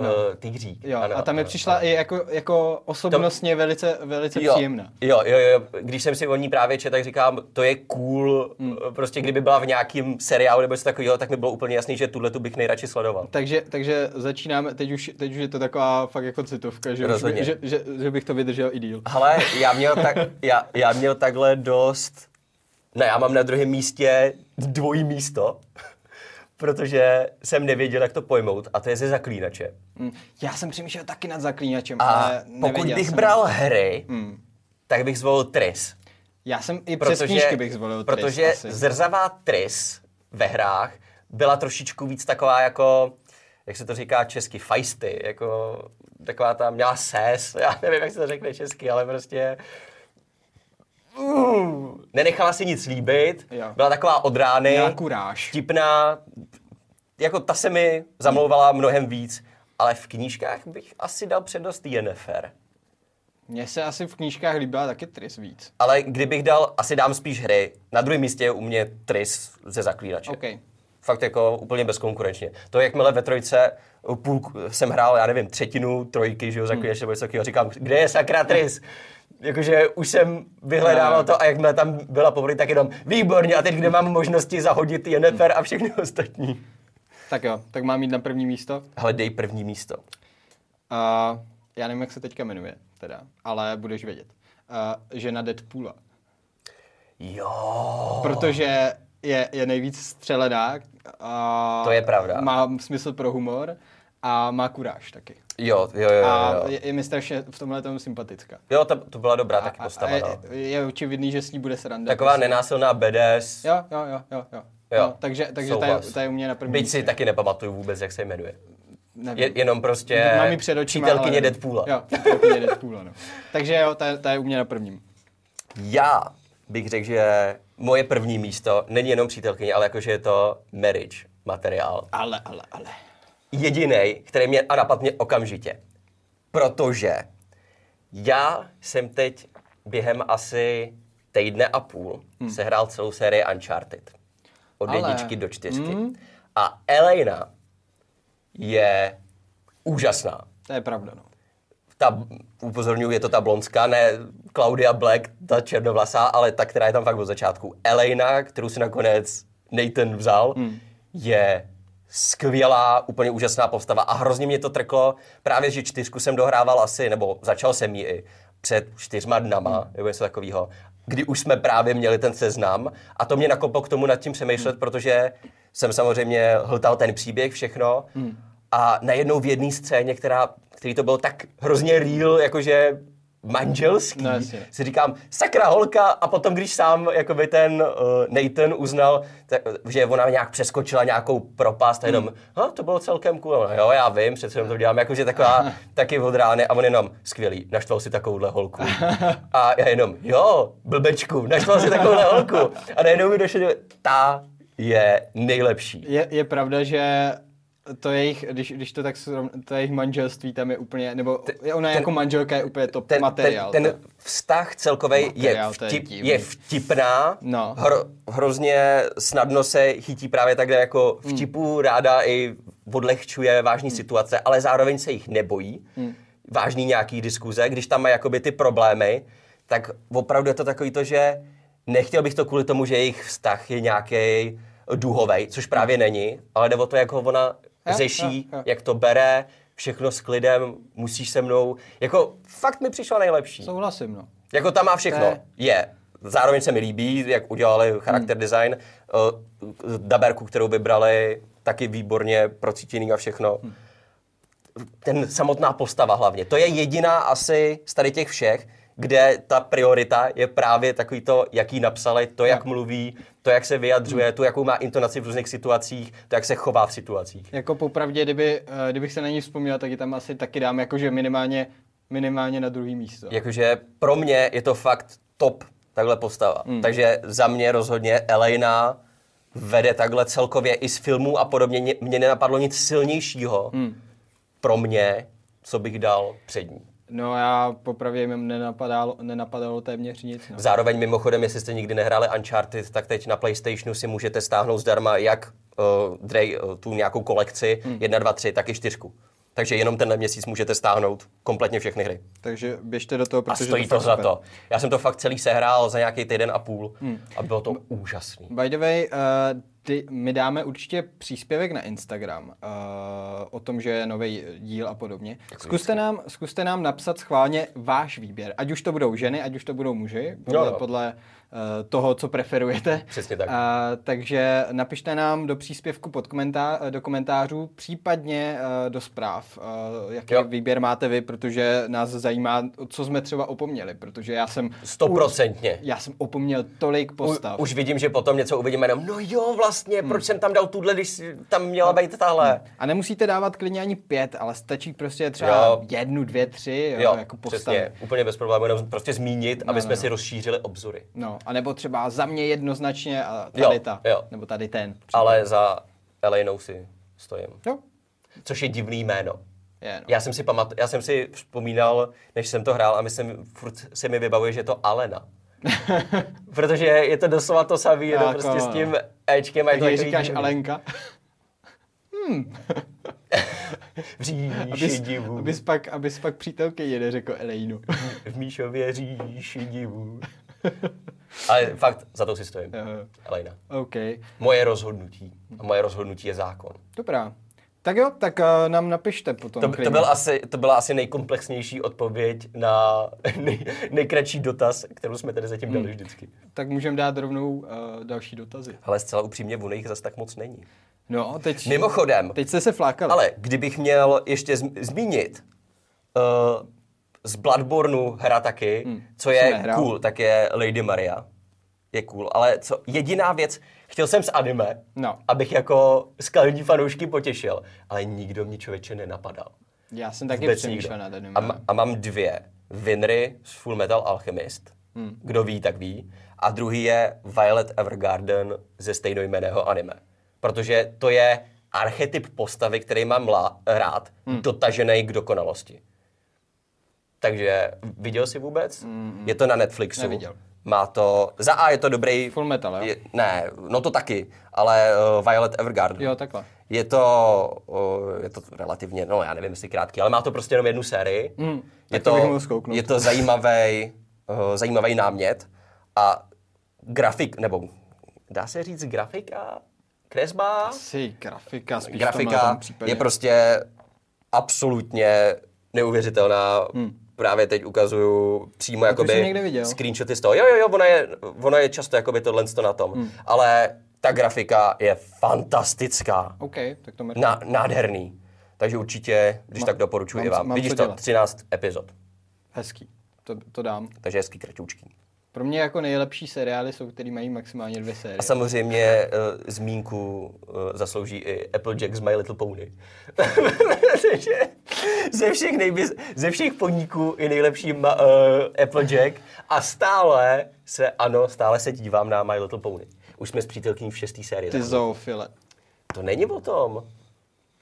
S1: No. Uh, tygřík.
S2: Jo,
S1: ano,
S2: a tam mi
S1: ano,
S2: přišla
S1: ano.
S2: i jako, jako osobnostně velice, velice příjemná.
S1: Jo, jo, jo, když jsem si o ní právě četl, tak říkám, to je cool,
S2: Hmm.
S1: prostě kdyby byla v nějakém seriálu nebo něco takového, tak mi bylo úplně jasný, že tuhle tu bych nejradši sledoval.
S2: Takže, takže začínáme, teď už, teď už je to taková fakt jako citovka, že, už
S1: Rozhodně.
S2: by, že, že, že bych to vydržel i díl.
S1: Hele, já měl, tak, já, já měl takhle dost... Ne, já mám na druhém místě dvojí místo, protože jsem nevěděl, jak to pojmout, a to je ze zaklínače.
S2: Mm. Já jsem přemýšlel taky nad zaklínačem,
S1: A
S2: ale
S1: pokud
S2: nevěděl
S1: bych
S2: jsem. Hmm.
S1: bral hry, tak bych zvolil Tris.
S2: Já jsem i přes knížky bych zvolil Tris
S1: Protože
S2: asi.
S1: zrzavá tris ve hrách byla trošičku víc taková jako, jak se to říká česky, feisty, jako taková tam měla ses, já nevím, jak se to řekne česky, ale prostě uh, nenechala si nic líbit,
S2: Jo.
S1: byla taková od rány,
S2: Měla kuráž.
S1: vtipná, jako ta se mi zamlouvala mnohem víc, ale v knížkách bych asi dal přednost Jennifer.
S2: Mně se asi v knížkách líbila taky Tris víc.
S1: Ale kdybych dal, asi dám spíš hry. Na druhém místě je u mě Tris ze Zaklínače.
S2: OK.
S1: Fakt jako úplně bezkonkurenčně. To, jakmile ve trojce půlku, jsem hrál, já nevím, třetinu trojky, že jo, Zaklínače nebo něco takového, říkám, kde je sakra Tris? Jakože už jsem
S2: No,
S1: vyhledával to a jakmile tam byla poprvé, tak jenom výborně a teď kde mám možnosti zahodit Jennifer a všechny ostatní.
S2: Tak jo, tak mám jít na první místo.
S1: Ale dej první místo.
S2: A já nevím, jak se teďka jmenuje, teda, ale budeš vědět. A, žena Deadpoola.
S1: Jo.
S2: Protože je, je nejvíc střelená. A
S1: To je pravda.
S2: Má smysl pro humor a má kuráž taky.
S1: Jo, jo, jo, jo.
S2: A
S1: jo.
S2: je, je mi strašně v tomhle tomu sympatická.
S1: Jo, to, to byla dobrá taky
S2: a,
S1: postava.
S2: a
S1: no.
S2: je, je očividný, že s ní bude sranda.
S1: Taková
S2: prostě.
S1: nenásilná BDS.
S2: Jo, jo, jo, jo. jo.
S1: Jo.
S2: No, takže takže ta, je,
S1: Souhlas.
S2: ta je u mě na první.
S1: Byť si
S2: místě.
S1: taky nepamatuju vůbec, jak se jmenuje.
S2: Nevím.
S1: Je, jenom prostě
S2: Mám ji před očima,
S1: přítelkyně
S2: ale-
S1: Deadpoola.
S2: Jo, přítelkyně Deadpoola, no. Takže jo, ta, ta je u mě na prvním.
S1: Já bych řekl, že moje první místo není jenom přítelkyně, ale jakože je to marriage materiál.
S2: Ale, ale, ale.
S1: Jediný, který mě a napadne okamžitě. Protože já jsem teď během asi týdne a půl hmm. sehrál celou sérii Uncharted. Od
S2: Ale-
S1: jedničky do čtyřky. A Elena je úžasná.
S2: To je pravda, no.
S1: ta, upozorňuji, je to ta blondská, ne Claudia Black, ta černovlasá, ale ta, která je tam fakt od začátku. Elena, kterou si nakonec Nathan vzal, je skvělá, úplně úžasná postava a hrozně mě to trklo. Právě, že Hmm. čtyřku jsem dohrával asi, nebo začal jsem ji i před čtyřma dnama, nebo něco takového. kdy už jsme právě měli ten seznam a to mě nakoplo k tomu nad tím přemýšlet, hmm. protože jsem samozřejmě hltal ten příběh, všechno hmm. a najednou v jedné scéně, která, který to bylo tak hrozně real, jakože manželský,
S2: No,
S1: no,
S2: jasně.
S1: si říkám, sakra holka, a potom, když sám jakoby ten uh, Nathan uznal, tak, že ona nějak přeskočila nějakou propast a jenom, "Ha, to bylo celkem cool, no, jo, já vím, přece jenom to dělám, jakože taková taky od rány a on jenom, skvělý, naštval si takovouhle holku. A já jenom, jo, blbečku, naštval si takovouhle holku. A najednou mi došlo, že ta je nejlepší.
S2: Je, je pravda, že to jejich, když, když to tak srovn, to jejich manželství tam je úplně, nebo je ona ten,
S1: ten-
S2: jako manželka je úplně top
S1: ten,
S2: materiál.
S1: Ten,
S2: to-
S1: ten vztah celkový je,
S2: Materiál, to je
S1: vtip,
S2: divný.
S1: je vtipná,
S2: No.
S1: hro, hrozně snadno se chytí právě takhle jako
S2: Hmm.
S1: vtipů, ráda i odlehčuje vážní situace, ale zároveň se jich nebojí,
S2: Hmm.
S1: vážný nějaký diskuze, když tam má jakoby ty problémy, tak opravdu je to takový to, že nechtěl bych to kvůli tomu, že jejich vztah je nějaký duhovej, což právě není, ale jde o to, jak ho ona
S2: Hmm. Jo,
S1: řeší,
S2: jo, jo.
S1: jak to bere, všechno s klidem, musíš se mnou. Jako fakt mi přišla nejlepší.
S2: Souhlasím, no.
S1: Jako tam má
S2: To
S1: všechno.
S2: je-
S1: Je. Zároveň se mi líbí, jak udělali
S2: Hmm.
S1: charakter design. eh, Daberku, kterou vybrali, taky výborně procítěný a všechno.
S2: Hmm.
S1: Ten samotná postava hlavně. To je jediná asi z tady těch všech, kde ta priorita je právě takový to, jak ji napsali, to,
S2: Hmm.
S1: jak mluví, to, jak se vyjadřuje, to, jakou má intonaci v různých situacích, to, jak se chová v situacích.
S2: Jako popravdě, kdyby, eh, kdybych se na ní vzpomněl, tak ji tam asi taky dám jakože minimálně, minimálně na druhý místo.
S1: Jakože pro mě je to fakt top takhle postava. Mm. Takže za mě rozhodně Elena vede takhle celkově i z filmů a podobně. Ně- Mně nenapadlo nic silnějšího mm. pro mě, co bych dal před ní.
S2: No já popravdě mi nenapadalo, nenapadalo téměř nic, no.
S1: Zároveň mimochodem, jestli jste nikdy nehráli Uncharted, tak teď na PlayStationu si můžete stáhnout zdarma jak uh, drej, uh, tu nějakou kolekci 1, 2, 3, tak i 4. Takže jenom tenhle měsíc můžete stáhnout kompletně všechny hry.
S2: Takže běžte do toho,
S1: A
S2: protože
S1: stojí
S2: fakt
S1: to za
S2: super. Hmm.
S1: to. Já jsem to fakt celý sehrál za nějaký týden a půl a bylo to úžasný.
S2: By the way, uh, ty, my dáme určitě příspěvek na Instagram uh, o tom, že je nový díl a podobně. Zkuste nám, zkuste nám napsat schválně váš výběr, ať už to budou ženy, ať už to budou muži, podle,
S1: Jo, jo.
S2: podle uh, toho, co preferujete.
S1: Přesně tak.
S2: Uh, takže napište nám do příspěvku pod komentá- eh, do komentářů, případně uh, do zpráv, uh, jaký
S1: Jo.
S2: výběr máte vy, protože nás zajímá, co jsme třeba opomněli, protože já jsem...
S1: Stoprocentně.
S2: Já jsem opomněl tolik
S1: U,
S2: postav.
S1: už vidím, že potom něco uvidíme jenom, no jo, vlastně,
S2: Hmm.
S1: proč jsem tam dal tuhle, když tam měla
S2: No.
S1: být tahle.
S2: A nemusíte dávat klidně ani pět, ale stačí prostě třeba jo.
S1: Jo.
S2: jednu, dvě, tři, jo,
S1: Jo,
S2: jako postavy.
S1: přesně, úplně bez problémů, jenom prostě zmínit, aby
S2: no,
S1: jsme
S2: no.
S1: si rozšířili obzory.
S2: No, a nebo třeba za mě jednoznačně a tady
S1: Jo,
S2: ta,
S1: jo.
S2: nebo tady ten.
S1: Ale za Elenou si stojím.
S2: Jo,
S1: Což je divný jméno.
S2: je no.
S1: Já jsem si pamat, já jsem si vzpomínal, než jsem to hrál a myslím, furt se mi vybavuje, že je to Alena. Protože je to doslova to samý, jenom
S2: Tak,
S1: prostě
S2: no.
S1: s tím Ečkem a je to
S2: Takže jí
S1: takový
S2: říkáš
S1: divný.
S2: Alenka,
S1: V říši
S2: abys,
S1: divu,
S2: abys, pak, abys pak přítelkyně neřekl Elejnu.
S1: v Míšově říši divu. Ale fakt za to si stojím,
S2: Jo, jo.
S1: Elena.
S2: OK,
S1: Moje rozhodnutí. A moje rozhodnutí je zákon.
S2: dobrá. Tak jo, tak uh, nám napište potom.
S1: To,
S2: klidně.
S1: to, byl asi, to byla asi nejkomplexnější odpověď na nej, nejkratší dotaz, kterou jsme tady zatím
S2: Hmm.
S1: dali vždycky.
S2: Tak můžeme dát rovnou uh, další dotazy.
S1: Ale zcela upřímně, ono jich zas tak moc není.
S2: No, teď,
S1: Mimochodem,
S2: teď jste se flákali.
S1: ale kdybych měl ještě zm- zmínit, uh, z Bloodborneu hra taky, co
S2: Hmm. jsem
S1: je
S2: nehrál.
S1: cool, tak je Lady Maria. Je cool, ale co, jediná věc, chtěl jsem z anime,
S2: No.
S1: abych jako skalní fanoušky potěšil, ale nikdo mě člověče nenapadal.
S2: Já jsem taky
S1: Vůbec nikdo.
S2: přemýšlel nad jedním.
S1: A, ma- a mám dvě. Vinry z Full Metal Alchemist.
S2: Hmm.
S1: Kdo ví, tak ví. A druhý je Violet Evergarden ze stejnojmeného anime. Protože to je archetyp postavy, který mám lá- rád,
S2: Hmm.
S1: dotažený k dokonalosti. Takže viděl jsi vůbec? Je to na Netflixu.
S2: Hmm. Neviděl.
S1: Má to, za A je to dobrý...
S2: Full Metal, jo?
S1: je, Ne, no to taky, ale uh, Violet Evergarden.
S2: Jo, takhle.
S1: Je to, uh, je to relativně, no já nevím, jestli krátký, ale má to prostě jenom jednu sérii. Mm, je,
S2: Hmm, tak to bych mohl skouknout.
S1: je to zajímavý, uh, zajímavý námět a grafik, nebo dá se říct grafika, kresba,
S2: Asi grafika spíš v tomhle
S1: grafika
S2: tom případě. Hmm.
S1: je prostě absolutně neuvěřitelná. Mm. právě teď ukazuju přímo jakoby
S2: někde viděl.
S1: screenshoty z toho. Jo, jo, jo, ono je, ono je často jakoby tohle to na tom.
S2: Hmm.
S1: Ale ta grafika je fantastická.
S2: OK, tak to mrknu.
S1: Na, nádherný. Takže určitě, když tak doporučuji
S2: mám
S1: i
S2: co-
S1: vám.
S2: mám
S1: Vidíš
S2: co
S1: to,
S2: dělat.
S1: 13 epizod.
S2: Hezký. To, to dám.
S1: Takže hezký krťoučký.
S2: Pro mě jako nejlepší seriály jsou, které mají maximálně dvě série.
S1: A samozřejmě uh, zmínku uh, zaslouží i Applejack z My Little Pony. Takže ze všech, nejbiz, ze všech podniků je nejlepší ma, uh, Applejack a stále se, ano, stále se dívám na My Little Pony. Už jsme s přítelkyní v šestý sérii.
S2: Ty zoofile.
S1: To není o tom.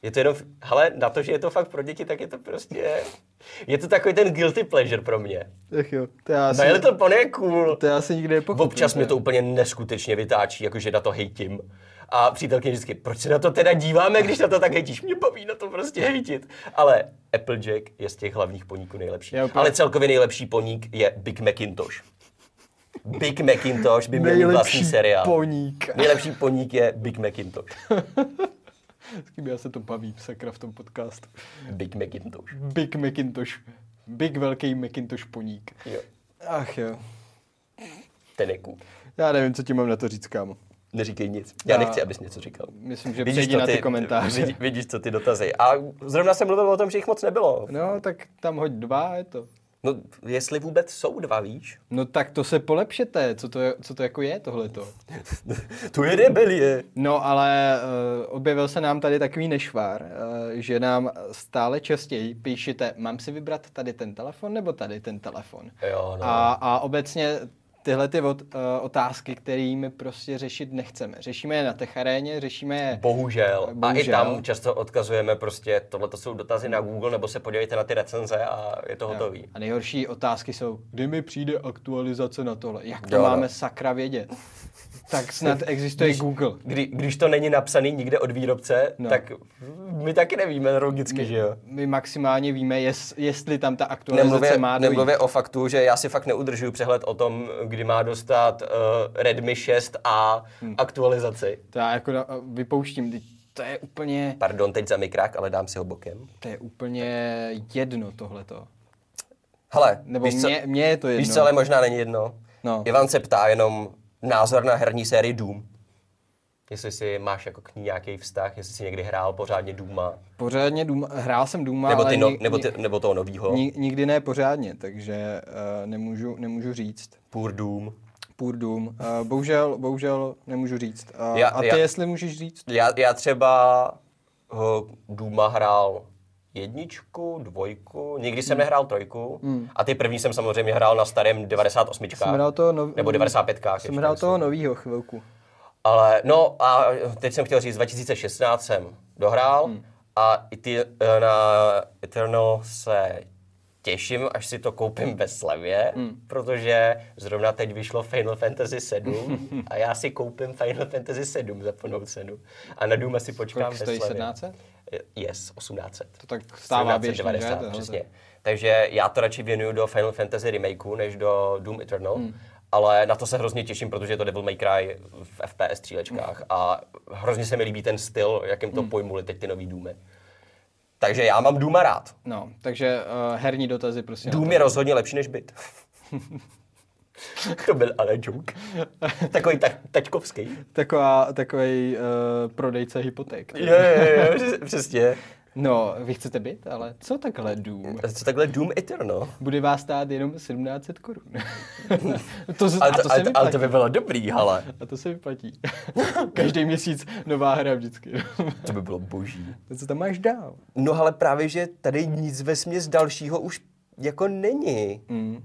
S1: Je to jenom, hele, na to, že je to fakt pro děti, tak je to prostě, je to takový ten guilty pleasure pro mě.
S2: Tak jo, to já
S1: My Little Pony je cool.
S2: to já si nikdy nepochopil.
S1: Občas mě to úplně neskutečně vytáčí, jakože na to hejtím. A přítelkyně vždycky, proč se na to teda díváme, když na to tak hejtíš? Mě baví na to prostě hejtit. Ale Applejack je z těch hlavních poníků nejlepší.
S2: Já úplně-
S1: Ale celkově nejlepší poník je Big Macintosh. Big Macintosh by měl mít vlastní seriál.
S2: poník.
S1: Nejlepší poník je Big Macintosh.
S2: S kým já se to baví, sakra v tom podcastu.
S1: Big Macintosh.
S2: Big Macintosh. Big velký Macintosh poník.
S1: Jo,
S2: Ach jo.
S1: ten je cool.
S2: Já nevím, co ti mám na to říct, kámo.
S1: Neříkej nic. Já
S2: Já-
S1: nechci, abys něco říkal.
S2: Myslím, že přejdi na ty komentáře.
S1: Vidí, vidíš, co ty dotazy. A zrovna jsem mluvil o tom, že jich moc nebylo.
S2: No, tak tam hoď dva, je to.
S1: No, jestli vůbec jsou dva, víš?
S2: No tak to se polepšete, co to, je, co to jako je tohleto.
S1: tu je rebelie.
S2: No ale uh, objevil se nám tady takový nešvár, uh, že nám stále častěji píšete, mám si vybrat tady ten telefon nebo tady ten telefon.
S1: Jo, no.
S2: A, a obecně tyhle ty od, uh, otázky, které my prostě řešit nechceme. Řešíme je na techaréně, řešíme je...
S1: Bohužel. A i
S2: Bohužel.
S1: tam často odkazujeme prostě, tohle to jsou dotazy na Google, nebo se podívejte na ty recenze a je to hotový.
S2: A nejhorší otázky jsou, kdy mi přijde aktualizace na tohle? Jak to
S1: Jo, no.
S2: máme sakra vědět? Tak snad existuje Google.
S1: Kdy, když to není napsaný nikde od výrobce,
S2: No.
S1: tak my taky nevíme logicky, že jo?
S2: My maximálně víme, jest, jestli tam ta aktualizace
S1: Nemluvě,
S2: má dojít.
S1: nemluvě o faktu, že já si fakt neudržuju přehled o tom, kdy má dostat uh, Redmi 6a
S2: Hmm.
S1: aktualizaci.
S2: To já jako na- vypouštím, teď to je úplně,
S1: Pardon, teď za mikrák, ale dám si ho bokem.
S2: to je úplně jedno tohleto.
S1: Hele,
S2: Nebo
S1: víš co-
S2: mně, mně je to jedno.
S1: Víš co, ale možná není jedno.
S2: No.
S1: Ivan se ptá jenom názor na herní sérii Doom. Jestli si máš jako k ní nějaký vztah, jestli si někdy hrál pořádně Dooma.
S2: Pořádně dům, hrál jsem Duma,
S1: Nebo,
S2: ale
S1: ty no,
S2: ni-
S1: nebo,
S2: ni-
S1: ty, nebo toho novýho.
S2: ni- nikdy ne pořádně, takže uh, nemůžu, nemůžu říct.
S1: Půr Doom.
S2: Půr dům. Uh, bohužel, bohužel nemůžu říct. Uh,
S1: Já-
S2: a ty
S1: já-
S2: jestli můžeš říct?
S1: Já, já třeba ho Dooma hrál jedničku, dvojku, nikdy
S2: Hmm.
S1: jsem nehrál trojku. A ty první jsem samozřejmě hrál na starém 98.
S2: Jsem hrál toho nov-
S1: nebo 95.
S2: Jsem hrál toho novýho chvilku.
S1: Ale no a teď jsem chtěl říct, 2016 jsem dohrál
S2: Hmm.
S1: a i ty eh, na Eternal se těším, až si to koupím ve slevě,
S2: Hmm.
S1: protože zrovna teď vyšlo Final Fantasy 7 a já si koupím Final Fantasy 7 za plnou cenu. A na Doom si počkám
S2: Kolik
S1: ve
S2: stojí
S1: slevě.
S2: 1700?
S1: Yes, 1800.
S2: To tak stává běžně,
S1: 1790,
S2: že? Tohle.
S1: přesně. Takže já to radši věnuju do Final Fantasy remakeu, než do Doom Eternal. Ale na to se hrozně těším, protože je to Devil May Cry v FPS střílečkách a hrozně se mi líbí ten styl, jakým to pojmuli teď ty nový Doomy. Takže já mám Dooma rád.
S2: No, takže uh, herní dotazy prostě. na
S1: Doom je rozhodně lepší než byt. to byl ale joke. Takový ta- taťkovský.
S2: to. Taková, takový uh, prodejce hypoték.
S1: Jo, jo, jo, přes- přesně.
S2: No, vy chcete být, ale co takhle dům?
S1: Co takhle Doom Eternal?
S2: Bude vás stát jenom 1700 korun. to, z-
S1: Ale
S2: a
S1: to,
S2: to se
S1: ale, to, ale to
S2: vyplatí.
S1: by bylo dobrý, ale.
S2: A to se vyplatí. Každý měsíc nová hra vždycky.
S1: To by bylo boží.
S2: To co tam máš dál?
S1: No ale právě, že tady nic ve směs dalšího už jako není.
S2: Hmm.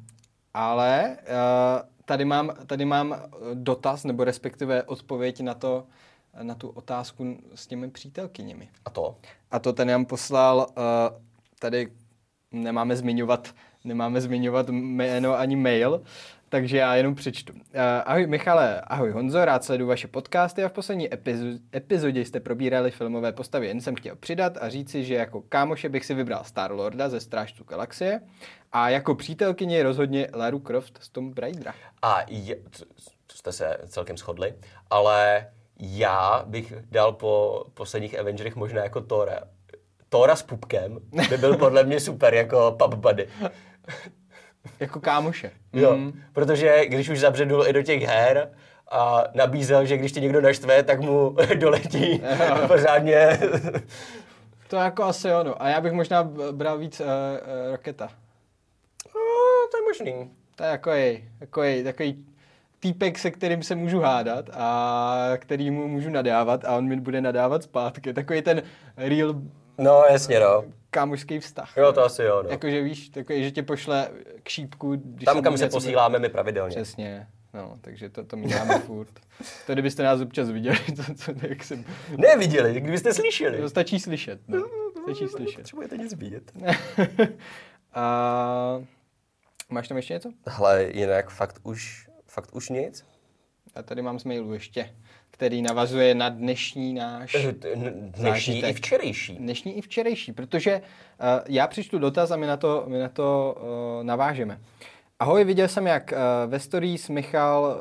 S2: Ale eh, tady mám, tady mám eh, dotaz, nebo respektive odpověď na, to, na tu otázku s těmi přítelkyněmi.
S1: A to?
S2: A to ten nám poslal, eh, tady nemáme zmiňovat, nemáme zmiňovat jméno ani mail, takže já jenom přečtu. Eh, Ahoj Michale, ahoj Honzo, rád sleduju vaše podcasty a v poslední epizo- epizodě jste probírali filmové postavy, jen jsem chtěl přidat a říci, že jako kámoše bych si vybral Star-Lorda ze Strážců galaxie a jako přítelkyně rozhodně Laru Croft z Tomb Raidera.
S1: A je, to, to jste se celkem shodli, ale já bych dal po posledních Avengerech možná jako Tora. Tora s pupkem by byl podle mě super jako pub buddy.
S2: jako kámoše.
S1: Jo, protože když už zabředl i do těch her a nabízel, že když tě někdo naštve, tak mu doletí pořádně.
S2: To jako asi ono. A já bych možná b- bral víc uh, uh, Roketa.
S1: no, to je možný.
S2: To je jako jej, jako jej, takový týpek, se kterým se můžu hádat a který mu můžu nadávat a on mi bude nadávat zpátky. Takový ten real
S1: No, jasně, no.
S2: kámošský vztah.
S1: Jo, to asi jo, no.
S2: Jakože víš, takový, že tě pošle k šípku. Když
S1: Tam, kam
S2: mu
S1: se
S2: něco-
S1: posíláme my pravidelně.
S2: Přesně. No, takže to, to míváme furt. To kdybyste nás občas viděli, to, to jak jsem...
S1: Neviděli, kdybyste slyšeli.
S2: To stačí slyšet. No. Stačí slyšet.
S1: Potřebujete nic vidět.
S2: A máš tam ještě něco?
S1: Hele, jinak fakt už, fakt už nic.
S2: Já tady mám z mailu ještě, který navazuje na dnešní náš,
S1: Eh, d- n- Dnešní i
S2: Zážitek.
S1: včerejší.
S2: dnešní i včerejší, protože uh, já přečtu dotaz a my na to, my na to uh, navážeme. Ahoj, viděl jsem, jak uh, ve stories Michal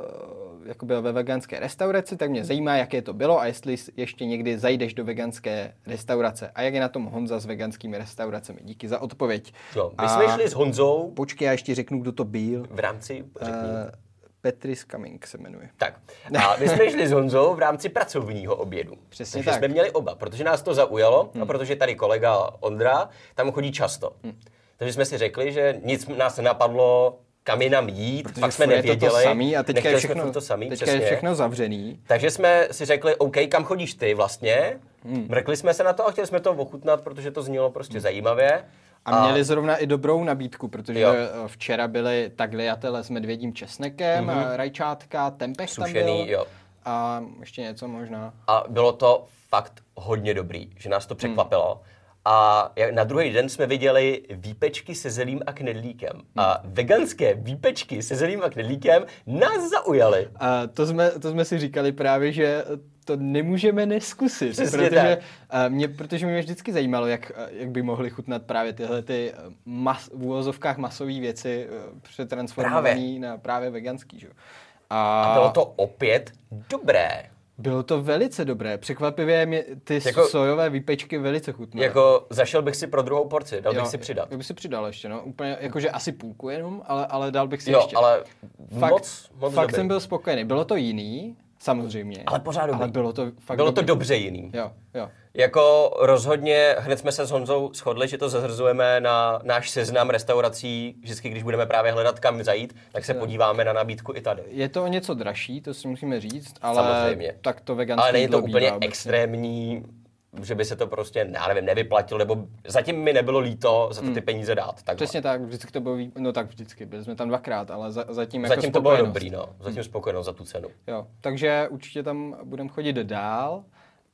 S2: uh, jako byl ve veganské restauraci, tak mě zajímá, jaké to bylo a jestli s- ještě někdy zajdeš do veganské restaurace. A jak je na tom Honza s veganskými restauracemi. Díky za odpověď.
S1: No, my jsme šli s Honzou
S2: Počkej, já ještě řeknu, kdo to byl.
S1: v rámci, řekni.
S2: Uh, Petris Kamink se jmenuje.
S1: Tak. A my jsme šli s Honzou v rámci pracovního obědu.
S2: Přesně
S1: Takže
S2: tak. Hmm.
S1: jsme měli oba, protože nás to zaujalo a protože tady kolega Ondra tam chodí často. Takže jsme si řekli, že nic nás nenapadlo, kam jinam jít, protože pak jsme
S2: furt je to to
S1: nevěděli.
S2: samý a teďka je
S1: nechtěli jsme
S2: všechno,
S1: furt to samý,
S2: teďka
S1: přesně.
S2: je všechno zavřený.
S1: Takže jsme si řekli, OK, kam chodíš ty vlastně? Hmm. Mrkli jsme se na to a chtěli jsme to ochutnat, protože to znělo prostě zajímavě.
S2: Hmm. A měli zrovna i dobrou nabídku, protože
S1: Jo.
S2: eh, včera byli tagliatele s medvědím česnekem, mm-hmm. rajčátka, tempeh tam
S1: Mhm. Sušený,
S2: byl.
S1: jo.
S2: A ještě něco možná.
S1: A bylo to fakt hodně dobrý, že nás to
S2: Hmm.
S1: překvapilo. A jak- na druhý den jsme viděli výpečky se zelím a knedlíkem. A
S2: Hmm.
S1: veganské výpečky se zelím a knedlíkem nás zaujaly.
S2: A to, jsme, to jsme si říkali právě, že to nemůžeme neskusit,
S1: Přesně
S2: protože,
S1: tak.
S2: a mě, protože mě vždycky zajímalo, jak, eh, jak by mohly chutnat právě tyhle ty eh, mas, v úvozovkách masové věci eh, přetransformované na právě veganský. Že? jo.
S1: A bylo to opět dobré.
S2: Bylo to velice dobré. Překvapivě mě ty
S1: Jako-
S2: jako, sojové výpečky velice chutnaly.
S1: Jako zašel bych si pro druhou porci, dal bych si přidat.
S2: Já bych si přidal ještě, no. Úplně, jakože asi půlku jenom, ale, ale dal bych si
S1: Jo,
S2: ještě.
S1: No, ale
S2: fakt,
S1: moc, moc
S2: fakt
S1: dobrý.
S2: jsem byl spokojený. Bylo to jiný, samozřejmě.
S1: Ale pořád dobrý.
S2: Ale bylo to fakt
S1: Bylo to
S2: dobrý.
S1: dobře jiný.
S2: Jo, jo.
S1: Jako rozhodně, hned jsme se s Honzou shodli, že to zahrzujeme na náš seznam restaurací, vždycky, když budeme právě hledat, kam zajít, tak se podíváme na nabídku i tady.
S2: Je to o něco dražší, to si musíme říct, ale
S1: Samozřejmě.
S2: tak to veganské
S1: Ale není to
S2: jídlo bývá
S1: úplně
S2: obecně.
S1: extrémní, že by se to prostě, já nevím, nevyplatilo, nebo zatím mi nebylo líto za to ty peníze dát. Tak
S2: Hmm. Přesně tak, vždycky to bylo, vý- no tak vždycky, byli jsme tam dvakrát, ale za, zatím jako
S1: Zatím to bylo
S2: spokojenost.
S1: dobrý, no. Zatím spokojenost za tu cenu.
S2: Jo, takže určitě tam budeme chodit dál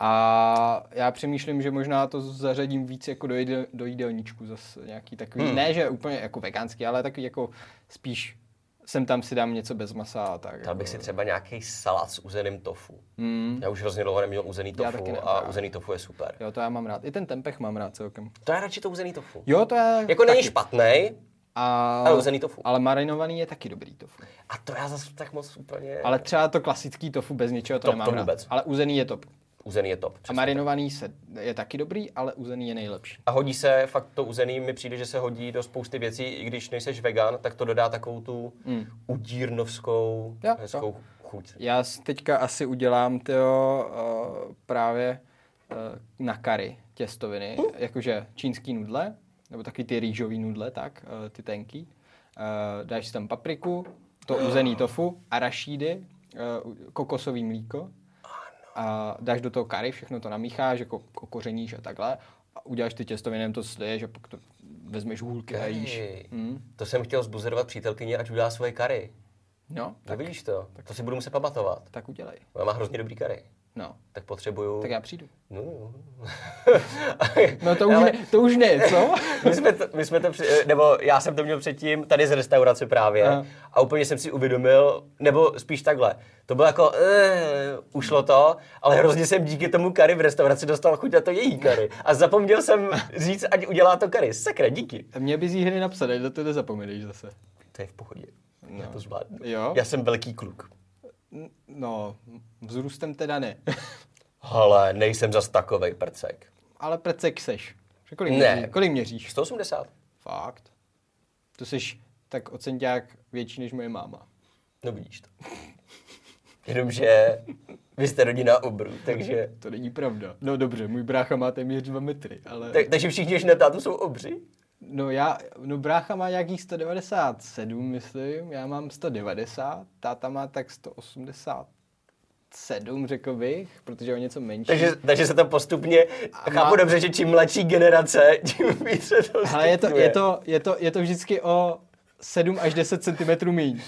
S2: a já přemýšlím, že možná to zařadím víc jako do, jídel, do jídelníčku zase nějaký takový, hmm. ne že úplně jako veganský, ale takový jako spíš sem tam si dám něco bez masa a tak.
S1: Dal bych si třeba nějaký salát s uzeným tofu. Já už hrozně dlouho neměl uzený
S2: Hmm. Já taky
S1: tofu
S2: ne,
S1: a
S2: právě.
S1: uzený tofu je super.
S2: Jo, to já mám rád. I ten tempeh mám rád celkem.
S1: To je radši to uzený tofu.
S2: Jo, to je...
S1: Jako není špatný,
S2: a,
S1: ale uzený tofu.
S2: ale marinovaný je taky dobrý tofu.
S1: A to já zase tak moc úplně...
S2: Ale třeba to klasický tofu bez ničeho to,
S1: To-
S2: nemám
S1: to
S2: rád.
S1: vůbec.
S2: Ale uzený je top.
S1: Uzený je top.
S2: A
S1: přesně.
S2: marinovaný se, je taky dobrý, ale uzený je nejlepší.
S1: A hodí se, fakt to uzený mi přijde, že se hodí do spousty věcí, i když nejseš vegan, tak to dodá takovou tu udírnovskou
S2: Mm. Jo,
S1: hezkou chuť.
S2: Já s- teďka asi udělám tyjo, uh, právě uh, na kary těstoviny, jakože čínský nudle, nebo taky ty rýžový nudle, tak, uh, ty tenký. Uh, dáš si tam papriku, to uzený tofu, arašídy, uh, kokosový mlíko a dáš do toho kary, všechno to namícháš, jako okořeníš a takhle a uděláš ty těstoviny, to sliješ a pak to vezmeš hůlky a jíš. Mm.
S1: Hej, To jsem chtěl zbuzerovat přítelkyni, ať udělá svoje kary.
S2: No,
S1: Tak. Vidíš to? Tak. To si budu muset pamatovat.
S2: tak udělej.
S1: Ona má hrozně dobrý kary.
S2: No,
S1: Tak potřebuju...
S2: tak já přijdu.
S1: No, no.
S2: No to už,
S1: Ale-
S2: ne, to už ne, co?
S1: my jsme, to, my jsme to, při- nebo já jsem to měl předtím tady z restaurace právě
S2: Aha.
S1: a úplně jsem si uvědomil, nebo spíš takhle, to bylo jako, uh, ušlo to, ale hrozně jsem díky tomu kary v restauraci dostal chuť na to její kary a zapomněl jsem říct, ať udělá to kary, sakra, díky.
S2: Mě bys jí hry napsat, ať do toho nezapomeneš zase.
S1: To je v pohodě, já to zvládnu.
S2: No. Jo?
S1: Já jsem velký kluk.
S2: N- No, vzrůstem teda ne.
S1: Ale nejsem zas takovej prcek.
S2: Ale precek seš. Že Kolik,
S1: Ne.
S2: ne. Měří, kolik měříš?
S1: 180?
S2: Fakt. To jsi tak ocenťák větší než moje máma.
S1: No vidíš to. Jenomže vy jste rodina obrů, takže...
S2: To není pravda. No dobře, můj brácha má téměř 2 metry, ale...
S1: Tak, takže všichni, když na tátu jsou obři?
S2: No já, no brácha má nějakých 197, myslím, já mám 190, táta má tak 187, řekl bych, protože je o něco menší.
S1: Takže, takže se to postupně,
S2: A
S1: chápu
S2: má-
S1: dobře, že čím mladší generace, tím více to
S2: Ale je to,
S1: stupňuje.
S2: je, to, je, to, je to vždycky o 7 až 10 cm míň.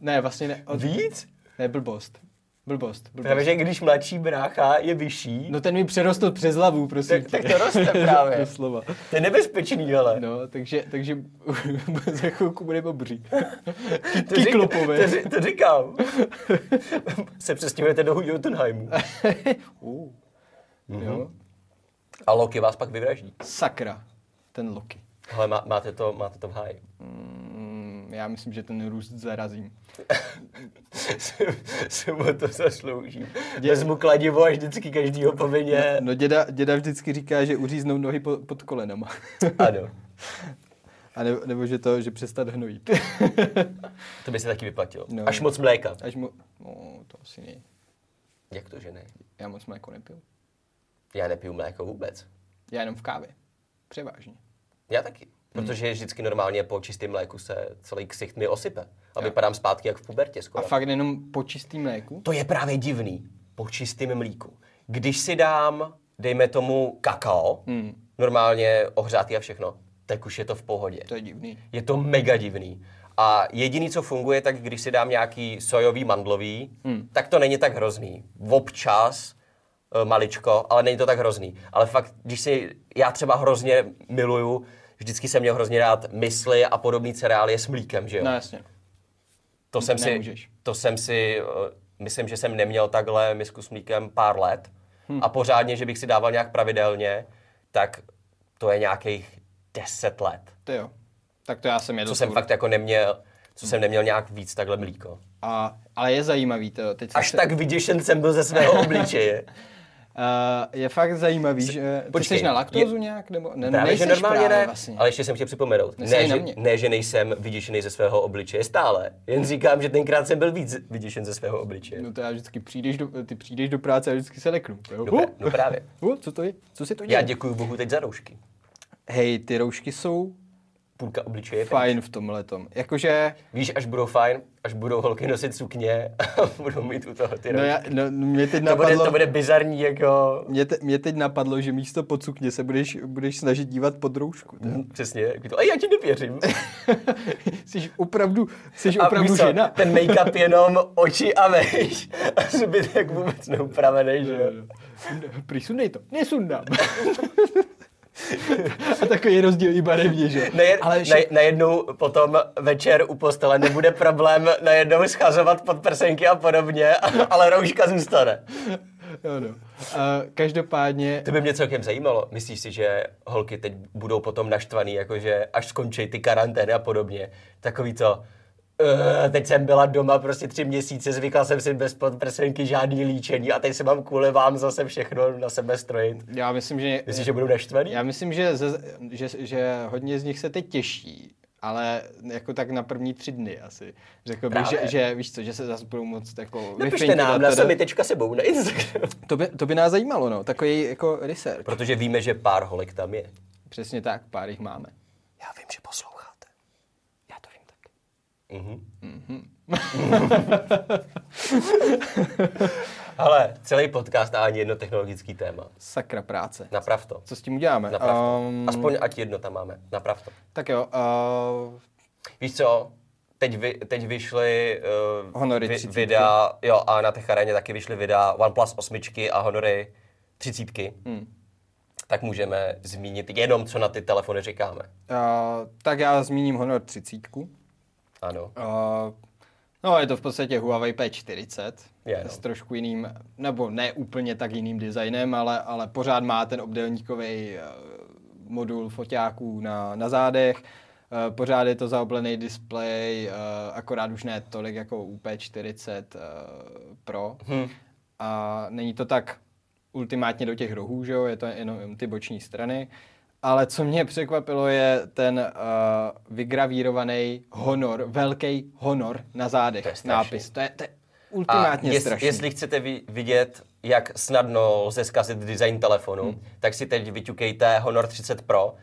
S2: Ne, vlastně ne, o,
S1: Víc?
S2: ne blbost. Blbost, blbost.
S1: Právě, že když mladší brácha je vyšší,
S2: No ten mi přerostl přes hlavu, prosím
S1: tak,
S2: tě.
S1: tak to roste právě.
S2: Doslova.
S1: To je nebezpečný, ale.
S2: No, takže, takže za chvilku bude obří.
S1: to,
S2: Ty
S1: řík-
S2: klopové.
S1: to, ři- to říkám. se přestěhujete do Jotunheimu.
S2: Uh.
S1: Mhm.
S2: Jo.
S1: A Loki vás pak vyvraždí.
S2: Sakra, ten Loki.
S1: Ale má, máte, to, máte to v háji.
S2: Mm, já myslím, že ten růst zarazím.
S1: se, se mu to zaslouží. Vezmu kladivo a vždycky každýho povinně.
S2: No děda, děda vždycky říká, že uříznou nohy po, pod kolenama.
S1: Ano.
S2: A ne, nebo že to, že přestat hnojit.
S1: To by se taky vyplatilo.
S2: No.
S1: Až moc mléka.
S2: Až mu, no, to asi ne.
S1: Jak to, že ne?
S2: Já moc mléko nepiju.
S1: Já nepiju mléko vůbec.
S2: Já jenom v kávě. Převážně.
S1: Já taky. Protože vždycky normálně po čistém mléku se celý ksicht mi osype. A
S2: Jo.
S1: vypadám zpátky jak v pubertě
S2: A
S1: skoro.
S2: fakt jenom po čistým mléku?
S1: To je právě divný po čistém mlíku. Když si dám, dejme tomu, kakao, normálně ohřátý a všechno, tak už je to v pohodě.
S2: To je divný.
S1: Je to mega divný. A jediný, co funguje, tak když si dám nějaký sojový mandlový, tak to není tak hrozný. Občas e, maličko, ale není to tak hrozný. Ale fakt, když si, já třeba hrozně miluju, vždycky jsem měl hrozně rád mysli a podobný cereálie s mlíkem, že jo?
S2: No jasně.
S1: To jsem si,
S2: nemůžeš.
S1: to jsem si, eh, myslím, že jsem neměl takhle misku s mlíkem pár let a pořádně, že bych si dával nějak pravidelně, tak to je nějakých 10 let.
S2: To jo. Tak to já jsem jedl.
S1: Co jsem
S2: furt.
S1: fakt jako neměl, co jsem neměl nějak víc takhle mlíko.
S2: A, ale je zajímavý to. Teď jsem
S1: Až
S2: se,
S1: tak vyděšen jsem byl ze svého obličeje.
S2: No Uh, je fakt zajímavý, že...
S1: počkej,
S2: Počkej, ty jsi na laktózu nějak? Nebo, ne,
S1: Právě, že
S2: nejseš
S1: normálně
S2: právě
S1: ne,
S2: Vlastně.
S1: ale ještě jsem chtěl připomenout. Ne
S2: Nesedí na
S1: že,
S2: mě.
S1: ne, že nejsem vyděšený ze svého obličeje stále, jen říkám, že tenkrát jsem byl víc vyděšen ze svého obličeje.
S2: No to já vždycky přijdeš do, ty přijdeš do práce a vždycky se leknu. Jo?
S1: No,
S2: Hu,
S1: no právě.
S2: hu, co to je? Co si to
S1: Já
S2: děje?
S1: děkuji Bohu teď za roušky.
S2: Hej, ty roušky jsou
S1: Půlka obličeje je pryč.
S2: fajn v tomhletom. Jakože...
S1: Víš, až budou fajn, až budou holky nosit sukně a budou mít u toho ty
S2: No,
S1: no,
S2: já, no mě teď
S1: to, bude,
S2: napadlo...
S1: to bude bizarní jako...
S2: Mě, te, mě teď napadlo, že místo pod sukně se budeš, budeš snažit dívat pod roušku. teda.
S1: Přesně, jako to, a já ti nevěřím.
S2: Jsi opravdu, jsi
S1: A
S2: opravdu
S1: víš co,
S2: žena.
S1: Ten make-up jenom oči a vejš. A zbytek vůbec neupravený, že jo?
S2: Prý sundej to. Nesundám. A takový rozdíl i barevně, že?
S1: Naje,
S2: Ale
S1: ale
S2: že-
S1: na, najednou potom večer u postele nebude problém najednou schazovat pod prsenky a podobně, ale rouška zůstane.
S2: Jo, no. A každopádně,
S1: To by mě celkem zajímalo. Myslíš si, že holky teď budou potom naštvaný, jakože až skončí ty karantény a podobně. Takový to, "Eh, teď jsem byla doma prostě tři měsíce, zvykla jsem si bez podprsenky žádný líčení a teď se mám kvůli vám zase všechno na sebe strojit.
S2: já myslím, že,
S1: Myslíš, že budou naštvaný?
S2: já myslím, že, ze, že, že hodně z nich se teď těší, ale jako tak na první tři dny asi. Řekl bych,
S1: Právě.
S2: že, že, víš co, že se zase budou moc jako
S1: Napište
S2: vyfintit a
S1: nám na
S2: teda-
S1: sebe tečka sebou na Instagram.
S2: to by, to by nás zajímalo, no, takový jako research.
S1: Protože víme, že pár holek tam je.
S2: Přesně tak, pár jich máme.
S1: Já vím, že posloucháte. Já to vím taky. Mhm.
S2: Mhm.
S1: Ale celý podcast a ani jedno technologický téma.
S2: Sakra práce.
S1: Naprav to.
S2: Co s tím uděláme?
S1: Naprav to.
S2: Ehm,
S1: Aspoň ať jedno tam máme. Naprav to.
S2: tak jo, uh,
S1: Víš co, teď, vy, teď vyšly uh,
S2: Honory 30.
S1: videa, jo, a na Techareně taky vyšly videa OnePlus 8 a Honory 30. Hmm. Tak můžeme zmínit jenom, co na ty telefony říkáme.
S2: uh, tak já zmíním Honor 30.
S1: Ano.
S2: Uh, no, je to v podstatě Huawei P40
S1: Je, no.
S2: s trošku jiným, nebo ne úplně tak jiným designem, ale, ale pořád má ten obdélníkový uh, modul foťáků na, na zádech. Uh, pořád je to zaoblený displej, uh, akorát už ne tolik jako u P40 uh, Pro.
S1: Mhm.
S2: Hmm. A není to tak ultimátně do těch rohů, že jo? je to jenom ty boční strany. Ale co mě překvapilo, je ten uh, vygravírovaný honor, velký honor na zádech.
S1: To je strašný.
S2: nápis. To je, to je
S1: A
S2: ultimátně
S1: jest,
S2: strašný.
S1: jestli chcete vi- vidět, jak snadno lze zkazit design telefonu,
S2: Hmm.
S1: tak si teď vyťukejte Honor 30 Pro uh,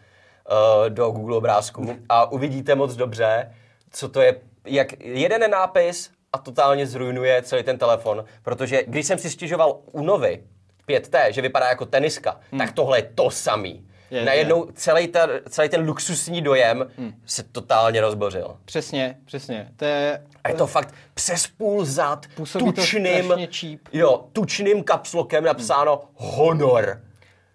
S1: do Google obrázku a uvidíte moc dobře, co to je, jak jeden nápis a totálně zrujnuje celý ten telefon, protože když jsem si stěžoval u Novy 5T, že vypadá jako teniska, tak tohle je to samý.
S2: Hmm. Je, Hmm. je.
S1: Najednou celý, ta, celý ten luxusní dojem se totálně rozbořil.
S2: Přesně, přesně. To je
S1: A je to fakt přes půl zad,
S2: Působí to
S1: tučným,
S2: strašně cheap.
S1: jo, tučným kapslokem napsáno honor.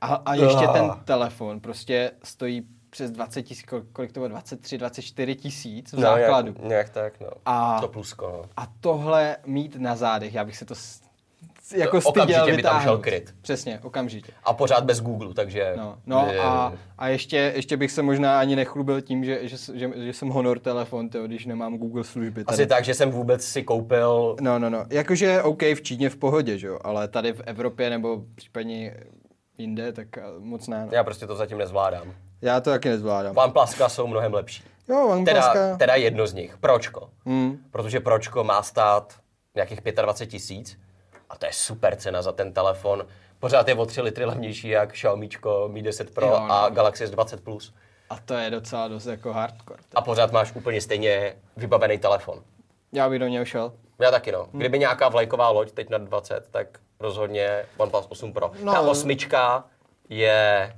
S2: A, a ještě
S1: Ah.
S2: ten telefon prostě stojí přes 20 tisíc, kolik to bylo, 23, 24 tisíc v základu.
S1: No, nějak, nějak tak, no.
S2: A-
S1: To plusko, no.
S2: A tohle mít na zádech, já bych se to s- jako
S1: To okamžitě
S2: styděl
S1: by tam
S2: vytáhnout.
S1: šel kryt.
S2: Přesně, okamžitě.
S1: A pořád bez Google, takže...
S2: No, no
S1: eh,
S2: a, a ještě, ještě bych se možná ani nechlubil tím, že, že, že, že jsem honor telefon, tyjo, když nemám Google služby. Tady.
S1: Asi tak, že jsem vůbec si koupil...
S2: No, no, no. Jakože OK, v Číně v pohodě, že jo, ale tady v Evropě nebo případně jinde, tak eh, moc ne. no.
S1: Já prostě to zatím nezvládám.
S2: Já to taky nezvládám.
S1: OnePluska jsou mnohem lepší.
S2: Jo, OnePluska.
S1: Teda, teda jedno z nich. Pročko.
S2: Hmm.
S1: Protože Pročko má stát nějakých 25 tisíc a to je super cena za ten telefon. Pořád je o 3 litry levnější jak Xiaomičko Mi 10 Pro
S2: Jo, no.
S1: a Galaxy S20 Plus.
S2: A to je docela dost jako hardcore.
S1: A pořád máš úplně stejně vybavený telefon.
S2: Já bych do něho šel.
S1: Já taky
S2: Hmm.
S1: no. Kdyby nějaká vlajková loď teď na 20, tak rozhodně OnePlus 8 Pro.
S2: No.
S1: No. Ta osmička je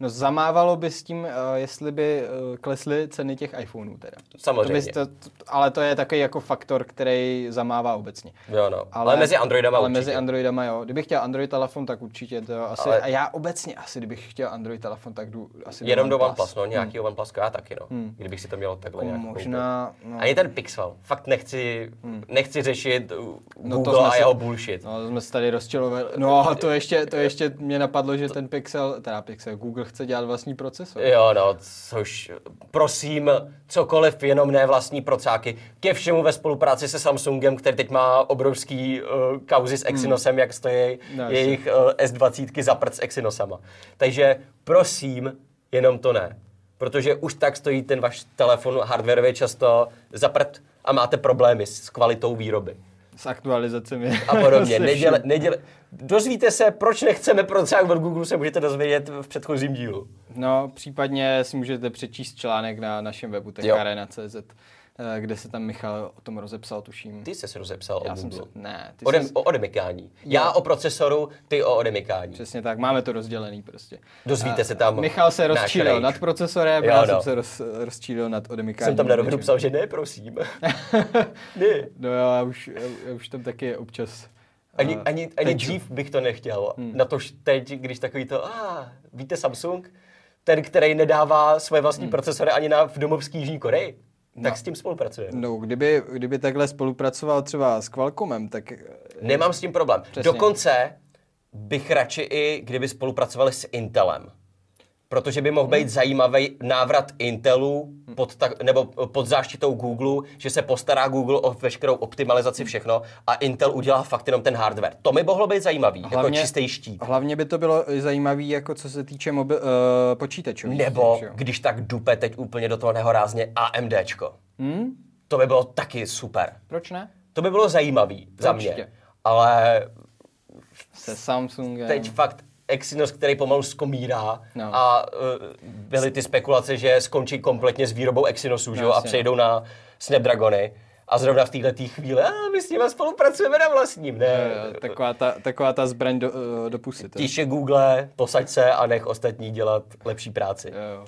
S2: No zamávalo by s tím, eh, jestli by eh, klesly ceny těch iPhoneů teda. To
S1: samozřejmě.
S2: bys to, to- ale to je takový jako faktor, který zamává obecně.
S1: Jo, no. ale, ale mezi Androidama
S2: Ale
S1: určitě.
S2: mezi Androidama jo. Kdybych chtěl Android telefon, tak určitě to asi. Ale...
S1: Ale-
S2: A já obecně asi, kdybych chtěl Android telefon, tak jdu asi
S1: Jenom do OnePlus, no, nějaký hmm. OnePlus já taky, no. Kdybych si to měl takhle nějak
S2: Jako Možná,
S1: koupit.
S2: no. Hmm.
S1: Ani ten Pixel. Fakt nechci, nechci řešit uh,
S2: No, to
S1: Google
S2: jsme
S1: a
S2: si-
S1: jeho bullshit.
S2: No, to jsme se tady rozčilovali. No a to ještě, to ještě mě napadlo, že ten Pixel, teda Pixel, Google chce dělat vlastní procesor.
S1: Jo, no, což prosím, cokoliv, jenom ne vlastní procáky. Ke všemu ve spolupráci se Samsungem, který teď má obrovský uh, kauzy s Exynosem, jak stojí
S2: Hmm. No, jasně.
S1: jejich uh, S20 za prd s Exynosama. Takže prosím, jenom to ne. Protože už tak stojí ten váš telefon hardwareově často za prd a máte problémy s kvalitou výroby
S2: S aktualizacemi.
S1: a podobně.
S2: Se
S1: Neděle,
S2: vším.
S1: neděle. Dozvíte se, proč nechceme procák od Google, se můžete dozvědět v předchozím dílu.
S2: No, případně si můžete přečíst článek na našem webu techarena.cz, eh, kde se tam Michal o tom rozepsal, tuším.
S1: Ty jsi se rozepsal o
S2: Já jsem
S1: Google.
S2: se... Ne, ty
S1: Odem,
S2: jsi...
S1: O odemykání. Já o procesoru, ty o odemykání.
S2: Přesně tak, máme to rozdělený prostě.
S1: Dozvíte se tam
S2: Michal se
S1: náš
S2: rozčílil
S1: rage.
S2: nad procesorem,
S1: Jo,
S2: já
S1: no.
S2: jsem se roz, rozčílil nad odemykáním.
S1: Jsem tam na rovinu
S2: něčem.
S1: psal, že ne, prosím. ne.
S2: No jo, já už, já, já už tam taky občas...
S1: Ani,
S2: eh,
S1: ani, ani
S2: teču.
S1: dřív bych to nechtěl. Hmm. Na to teď, když takový to, a ah, víte Samsung, ten, který nedává svoje vlastní hmm. procesory ani na, v domovský Jižní Koreji, tak s tím spolupracuje.
S2: No, kdyby, kdyby takhle spolupracoval třeba s Qualcommem, tak... eh,
S1: Nemám s tím problém.
S2: Přesně.
S1: Přesně. Dokonce bych radši i, kdyby spolupracovali s Intelem. Protože by
S2: Mhm.
S1: mohl být zajímavý návrat Intelu pod tak, nebo pod záštitou Google, že se postará Google o veškerou optimalizaci všechno a Intel udělá fakt jenom ten hardware. To mi mohlo být zajímavý, jako čistý štít.
S2: Hlavně by to bylo zajímavé, jako co se týče mobil, uh, počítačů.
S1: Nebo když tak dupe teď úplně do toho nehorázně AMDčko.
S2: Hmm?
S1: To by bylo taky super.
S2: Proč ne?
S1: To by bylo zajímavý za mě.
S2: Určitě.
S1: Ale
S2: Se Samsungem.
S1: teď fakt Exynos, který pomalu skomírá
S2: No.
S1: no. a uh, byly ty spekulace, že skončí kompletně s výrobou Exynosu že jo, a
S2: jasně, no.
S1: přejdou na Snapdragony. A zrovna v této chvíli, a my s nimi spolupracujeme na vlastním, ne?
S2: Eh, Taková ta, taková ta zbraň do, eh, do pusy. to je.
S1: Tiše Google, posaď se a nech ostatní dělat lepší práci.
S2: Jo, jo.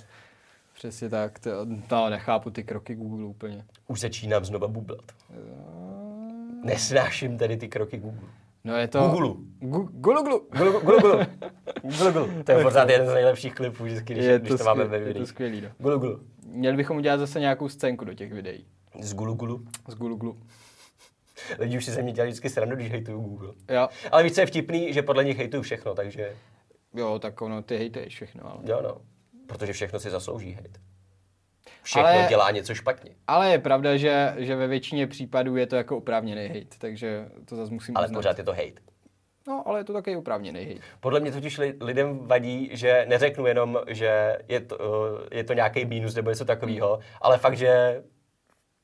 S2: Přesně tak. To, no, nechápu ty kroky Google úplně.
S1: Už začínám znova bublat.
S2: Eh.
S1: Nesnáším tady ty kroky Google.
S2: No je to...
S1: Googlu.
S2: Gu- Gulu, gulu.
S1: Gulu, gulu, gulu. Gulu, gulu. To je pořád jeden z nejlepších klipů, vždycky, když,
S2: Je
S1: když
S2: to
S1: to, máme
S2: skvěl-
S1: ve
S2: je to
S1: videích.
S2: skvělý, no.
S1: Gulu, gulu.
S2: Měli bychom udělat zase nějakou scénku do těch videí.
S1: Z gulu, gulu.
S2: Z gulu, gulu.
S1: Lidi už si ze mě dělali vždycky srandu, když hejtuju Google.
S2: Jo.
S1: Ale víš, co je vtipný, že podle nich hejtuju všechno, takže
S2: Jo, tak ono, ty hejtejš všechno, ale...
S1: jo no. Protože všechno si zaslouží hejt. Všechno
S2: Ale-
S1: Ale... dělá něco špatně.
S2: Ale je pravda, že, že ve většině případů je to jako oprávněný hejt, takže to zase musím
S1: Ale
S2: uznat.
S1: pořád je to hejt.
S2: No, ale je to taky oprávněný hejt.
S1: Podle mě totiž li- lidem vadí, že neřeknu jenom, že je to, eh, je to nějaký mínus nebo něco takového, ale fakt, že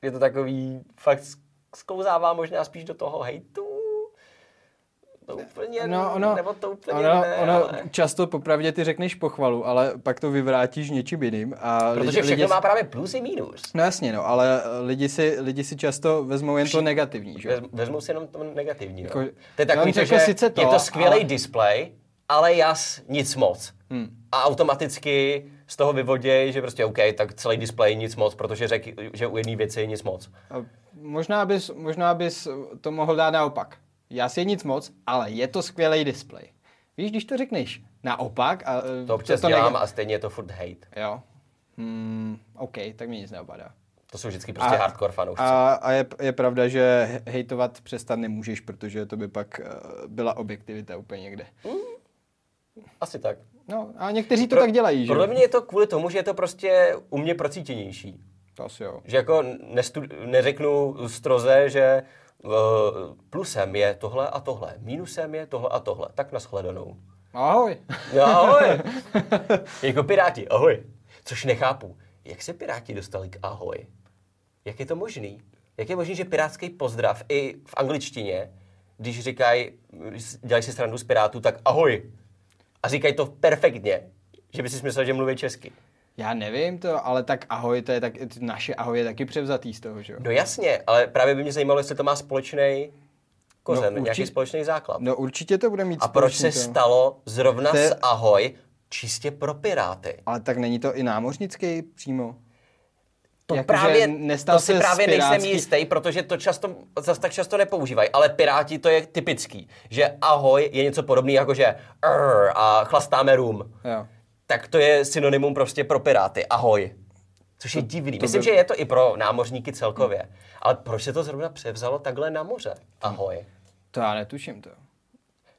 S1: je to takový, fakt sk- sklouzává možná spíš do toho hejtu. To úplně,
S2: No, ono,
S1: nebo to úplně
S2: ono,
S1: ne,
S2: ono
S1: ale...
S2: často popravdě ty řekneš pochvalu, ale pak to vyvrátíš něčím jiným. A
S1: Protože
S2: lidi,
S1: všechno
S2: lidi,
S1: má právě plus i mínus.
S2: No jasně, no, ale lidi si, lidi si často vezmou jen to negativní, že? jo?
S1: Vezm- Vezmu si jenom to negativní.
S2: Jako-
S1: no. To je
S2: já
S1: takový,
S2: bych
S1: to,
S2: řekl
S1: že
S2: sice to,
S1: je
S2: ale-
S1: to skvělý display, ale jas nic moc.
S2: Hmm.
S1: A automaticky z toho vyvoděj, že prostě OK, tak celý display nic moc, protože řek, že u jedné věci je nic moc.
S2: A Možná bys, možná bys to mohl dát naopak. Já si je nic moc, ale je to skvělý displej. Víš, když to řekneš naopak a... eh,
S1: To občas to,
S2: nega-
S1: dělám a stejně je to furt hate.
S2: Jo. Hmm, OK, tak mi nic neopadá.
S1: To jsou vždycky prostě hardcore fanoušci.
S2: A, a je, je pravda, že he- hejtovat přestat nemůžeš, protože to by pak eh, byla objektivita úplně někde.
S1: Asi tak.
S2: No a někteří to tak dělají, že?
S1: Podle
S2: jo?
S1: mě je to kvůli tomu, že je to prostě u mě procítěnější.
S2: To asi jo.
S1: Že jako nestu- neřeknu stroze, že uh, plusem je tohle a tohle, minusem je tohle a tohle. Tak nashledanou.
S2: Ahoj.
S1: No ahoj. jako piráti, ahoj. Což nechápu. Jak se piráti dostali k ahoj? Jak je to možný? Jak je možný, že pirátský pozdrav i v angličtině, když říkají, když dělají si srandu z pirátů, tak ahoj. A říkají to perfektně. Že by si myslel, že mluví česky.
S2: Já nevím to, ale tak ahoj, to je tak, naše ahoj je taky převzatý z toho, že jo?
S1: No jasně, ale právě by mě zajímalo, jestli to má společný kořen,
S2: No, určitě-
S1: nějaký společný základ.
S2: No určitě to bude mít
S1: a proč se
S2: společný to.
S1: stalo zrovna
S2: To je-
S1: s ahoj čistě pro piráty?
S2: Ale tak není to i námořnický přímo.
S1: To
S2: Jakože
S1: právě,
S2: nestal
S1: to si
S2: se
S1: právě
S2: z
S1: nejsem
S2: pirátský-
S1: jistý, protože to často, zas tak často nepoužívají, ale piráti to je typický, že ahoj je něco podobný jako že "Arr" a chlastáme rum.
S2: Jo.
S1: Tak to je synonymum prostě pro piráty, ahoj. Což je divný. Myslím,
S2: by-
S1: že je to i pro námořníky celkově. Ale proč se to zrovna převzalo takhle na moře? Ahoj.
S2: To já netuším to.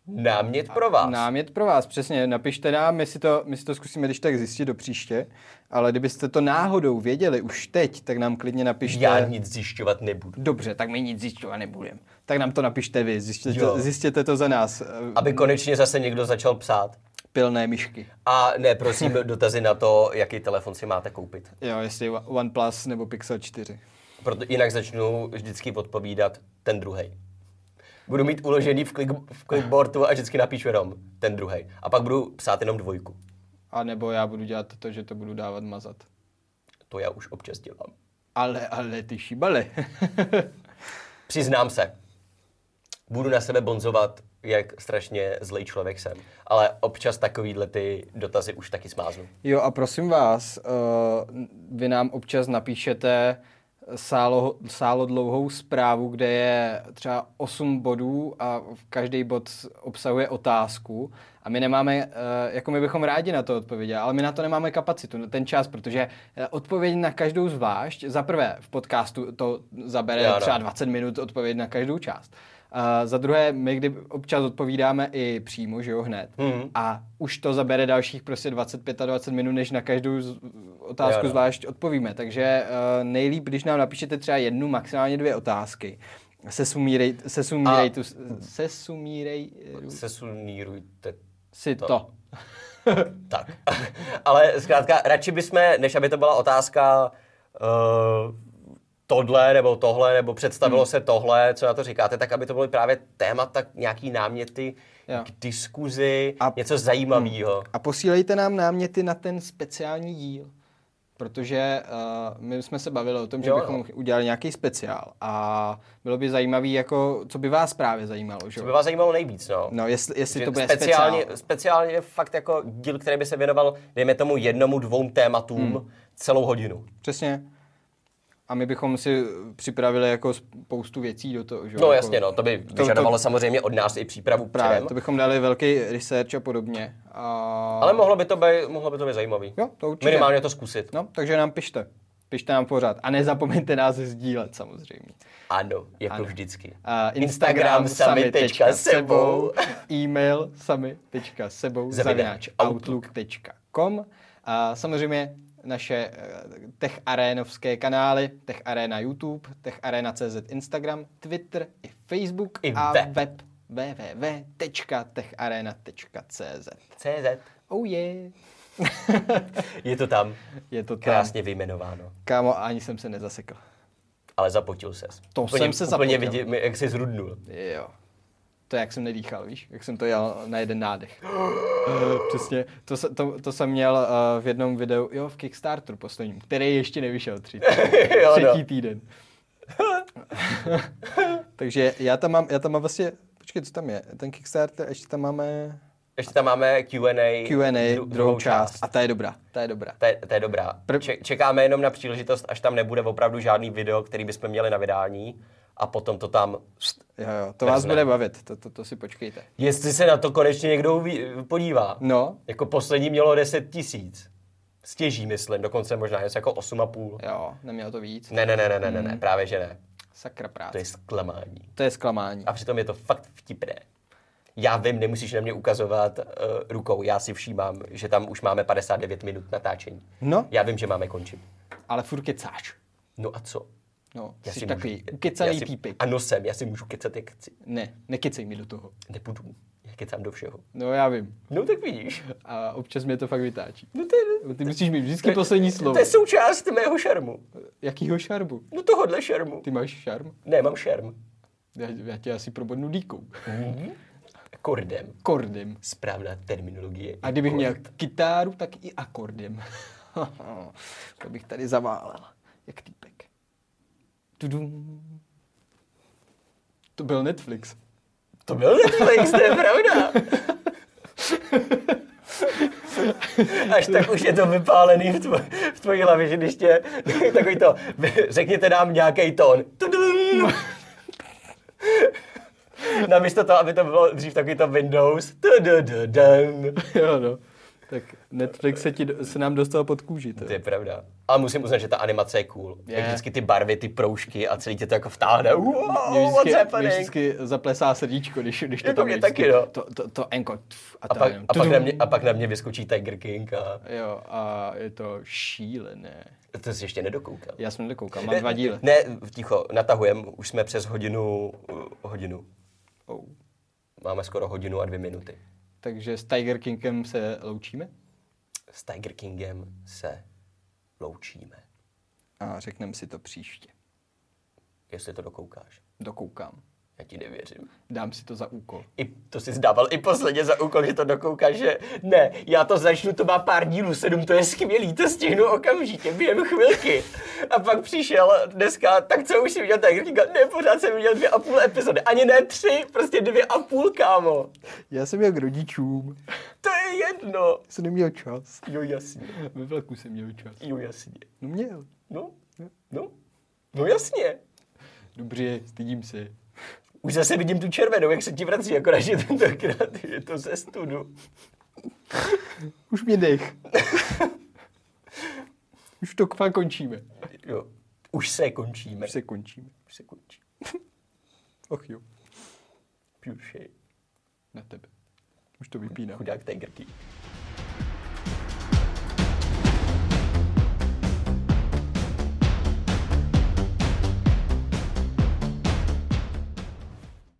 S1: Námět pro vás.
S2: Námět pro vás, přesně. Napište nám, my si, to, my si to zkusíme když tak zjistit do příště. Ale kdybyste to náhodou věděli už teď, tak nám klidně napište.
S1: Já nic zjišťovat nebudu.
S2: Dobře, tak my nic zjišťovat nebudeme. Tak nám to napište vy, zjistěte,
S1: Jo.
S2: zjistěte to za nás, eh,
S1: Aby konečně zase někdo začal psát.
S2: pilné myšky.
S1: A ne, prosím, dotazy na to, jaký telefon si máte koupit.
S2: Jo, jestli Wa- OnePlus nebo Pixel 4.
S1: Proto jinak začnu vždycky odpovídat ten druhý. Budu mít uložený v, klik, v clipboardu a vždycky napíšu jenom ten druhý. A pak budu psát jenom dvojku.
S2: A nebo já budu dělat to, že to budu dávat mazat.
S1: To já už občas dělám.
S2: Ale, ale ty šibale.
S1: Přiznám se, budu na sebe bonzovat, jak strašně zlej člověk jsem. Ale občas takovýhle ty dotazy už taky smáznu.
S2: Jo a prosím vás, uh, vy nám občas napíšete sálo, sálo dlouhou zprávu, kde je třeba 8 bodů a každý bod obsahuje otázku a my nemáme, uh, jako my bychom rádi na to odpověděli, ale my na to nemáme kapacitu, na ten čas, protože eh, odpověď na každou zvlášť, za prvé v podcastu to zabere
S1: Jo, no.
S2: třeba 20 minut odpověď na každou část. A za druhé, my kdy občas odpovídáme i přímo, že jo, hned. Mm. A už to zabere dalších prostě 25 a 20 minut, než na každou z- otázku
S1: Jo, no.
S2: zvlášť odpovíme. Takže eh, nejlíp, když nám napíšete třeba jednu, maximálně dvě otázky. Se sumírej, se sumírej,
S1: A-
S2: tu, se sumírej
S1: Sesunírujte
S2: si
S1: To.
S2: to.
S1: Tak. Ale zkrátka, radši bychom, než aby to byla otázka uh, tohle nebo tohle, nebo představilo hmm. se tohle, co na to říkáte, tak aby to byly právě témata, nějaký náměty
S2: Jo.
S1: k diskuzi,
S2: A- Hmm.
S1: něco zajímavého.
S2: A posílejte nám náměty na ten speciální díl. Protože uh, my jsme se bavili o tom, že
S1: Jo,
S2: jo,
S1: jo.
S2: bychom udělali nějaký speciál a bylo by zajímavý, jako, co by vás právě zajímalo, že
S1: Co
S2: jo?
S1: by vás zajímalo nejvíc, no?
S2: No, jestli, jestli
S1: Že
S2: to bude
S1: speciálně,
S2: speciál.
S1: speciálně fakt jako díl, který by se věnoval, dejme tomu, jednomu, dvou tématům
S2: Hmm.
S1: celou hodinu.
S2: Přesně. A my bychom si připravili jako spoustu věcí do toho, že jo?
S1: No
S2: jako,
S1: jasně, no, to by vyžadovalo samozřejmě od nás i přípravu
S2: Právě,
S1: předem.
S2: to bychom dali velký research a podobně. A...
S1: Ale mohlo by to být, mohlo by to být zajímavý.
S2: Jo, to určitě.
S1: Minimálně to zkusit.
S2: No, takže nám pište. Pište nám pořád. A nezapomeňte nás sdílet samozřejmě.
S1: Ano, jako
S2: Ano.
S1: vždycky.
S2: A
S1: Instagram sami tečka sebou.
S2: e-mail sami tečka sebou,
S1: Zavináč
S2: zavináč outlook.com a samozřejmě naše eh, Tech Arénovské kanály, Tech Arena YouTube, Tech Arena CZ Instagram, Twitter i Facebook
S1: I
S2: a
S1: web.
S2: web www.techarena.cz.
S1: CZ.
S2: Oh yeah.
S1: Je to tam.
S2: Je to tam.
S1: Krásně vyjmenováno.
S2: Kámo, ani jsem se nezasekl.
S1: Ale zapotil ses.
S2: To
S1: úplně,
S2: jsem se
S1: Úplně
S2: zapotil.
S1: vidím, jak jsi zrudnul.
S2: Jo. To je, jak jsem nedýchal, víš? Jak jsem to dělal na jeden nádech. Eh, Přesně. To, se- to, to jsem měl eh, v jednom videu, jo, v Kickstarteru posledním, který ještě nevyšel tři,
S1: Jo, no.
S2: třetí týden. Takže já tam mám, já tam mám vlastně, počkej, co tam je? Ten Kickstarter, ještě tam máme
S1: Ještě tam máme Q&A.
S2: Q&A,
S1: dru-
S2: druhou část. A ta je dobrá, ta je dobrá.
S1: To je, to je dobrá.
S2: Prv-
S1: Če- čekáme jenom na příležitost, až tam nebude opravdu žádný video, který bychom měli na vydání a potom to tam...
S2: Jo, jo, to vás
S1: Vezme.
S2: bude bavit, to, to, to si počkejte.
S1: Jestli se na to konečně někdo uví- podívá.
S2: No,
S1: Jako poslední mělo 10 tisíc. Stěží, myslím, dokonce možná něco jako 8,5.
S2: jo, nemělo to víc.
S1: Ne, ne, ne, ne, ne, ne,
S2: Mm.
S1: ne, právě že ne.
S2: Sakra
S1: To
S2: práce.
S1: je zklamání.
S2: To je zklamání.
S1: A přitom je to fakt vtipné. Já vím, nemusíš na mě ukazovat uh, rukou, já si všímám, že tam už máme 59 minut natáčení.
S2: No.
S1: Já vím, že máme končit.
S2: Ale furt kecáš.
S1: No a co?
S2: No,
S1: Já
S2: jsi
S1: si
S2: takový
S1: můžu-
S2: ukecaný
S1: já si-
S2: pípek.
S1: Ano jsem, já si můžu kecat, jak chci.
S2: Ne, nekecej mi do toho.
S1: Nebudu. Já kecám do všeho.
S2: No já vím.
S1: No tak vidíš.
S2: A občas mě to fakt vytáčí.
S1: No to je,
S2: Ty musíš mít vždycky poslední slovo.
S1: to je součást mého šarmu.
S2: Jakýho šarmu?
S1: No tohohle šarmu.
S2: Ty máš šarm?
S1: Ne, mám šarm.
S2: Já, já tě asi probodnu dýkou.
S1: Mhm. Kordem.
S2: Kordem.
S1: Správná terminologie.
S2: A kdybych měl kytáru, tak i akordem. to bych tady zaválel. Jak týpek. Tudum. To byl Netflix.
S1: To byl Netflix, to je pravda. Až tak už je to vypálený v, tvo, v tvojí hlavě, že když tě takový to, řekněte nám nějaký tón. Tudum. Namísto toho, aby to bylo dřív takový to Windows. Tudududum.
S2: jo no. Tak Netflix se, ti, do- se nám dostal pod kůži. To.
S1: To je pravda. A musím uznat, že ta animace je cool.
S2: Je.
S1: Jak vždycky ty barvy, ty proužky a celý tě to jako vtáhne. Wow,
S2: Mě vždycky,
S1: what's
S2: mě
S1: happening?
S2: vždycky zaplesá srdíčko, když, když to
S1: Jako
S2: tam
S1: mě
S2: Oh, je
S1: taky,
S2: vždycky.
S1: no.
S2: To, to, to enko. tf, A,
S1: A
S2: to
S1: pak,
S2: jenom
S1: a, pak
S2: tudum.
S1: na mě, a pak na mě vyskočí Tiger King a
S2: Jo, a je to šílené.
S1: to jsi ještě nedokoukal.
S2: Já jsem nedokoukal, mám dva díly.
S1: Ne, ticho, natahujem, už jsme přes hodinu, uh, hodinu.
S2: Oh.
S1: Máme skoro hodinu a dvě minuty.
S2: Takže s Tiger Kingem se loučíme
S1: S Tiger Kingem se loučíme,
S2: a řekneme si to příště.
S1: jestli to dokoukáš.
S2: Dokoukám.
S1: Já ti nevěřím.
S2: Dám si to za úkol.
S1: I to si zdával i posledně za úkol, že to dokoukáš, že ne, já to začnu, to má pár dílů, sedm, to je skvělý, to stihnu okamžitě, během chvilky. A pak přišel dneska, tak co už si viděl Tiger Kinga? Ne, pořád jsem viděl dvě a půl epizody, ani ne tři, prostě dvě a půl, kámo.
S2: Já jsem měl k rodičům,
S1: To je jedno.
S2: jsem neměl čas.
S1: Jo, jasně.
S2: Ve velku jsem měl čas.
S1: Jo, jasně.
S2: No měl.
S1: No, no, no jasně.
S2: Dobře, stydím se.
S1: Už zase vidím tu červenou, jak se ti vrací, akorát, že tentokrát je to ze studu.
S2: Už mě dech. Už to fakt končíme.
S1: Jo, už se končíme.
S2: Už se končíme.
S1: Už se končí.
S2: Och jo,
S1: Pjuši.
S2: na tebe. Už to vypínám.
S1: Chudák Tiger King.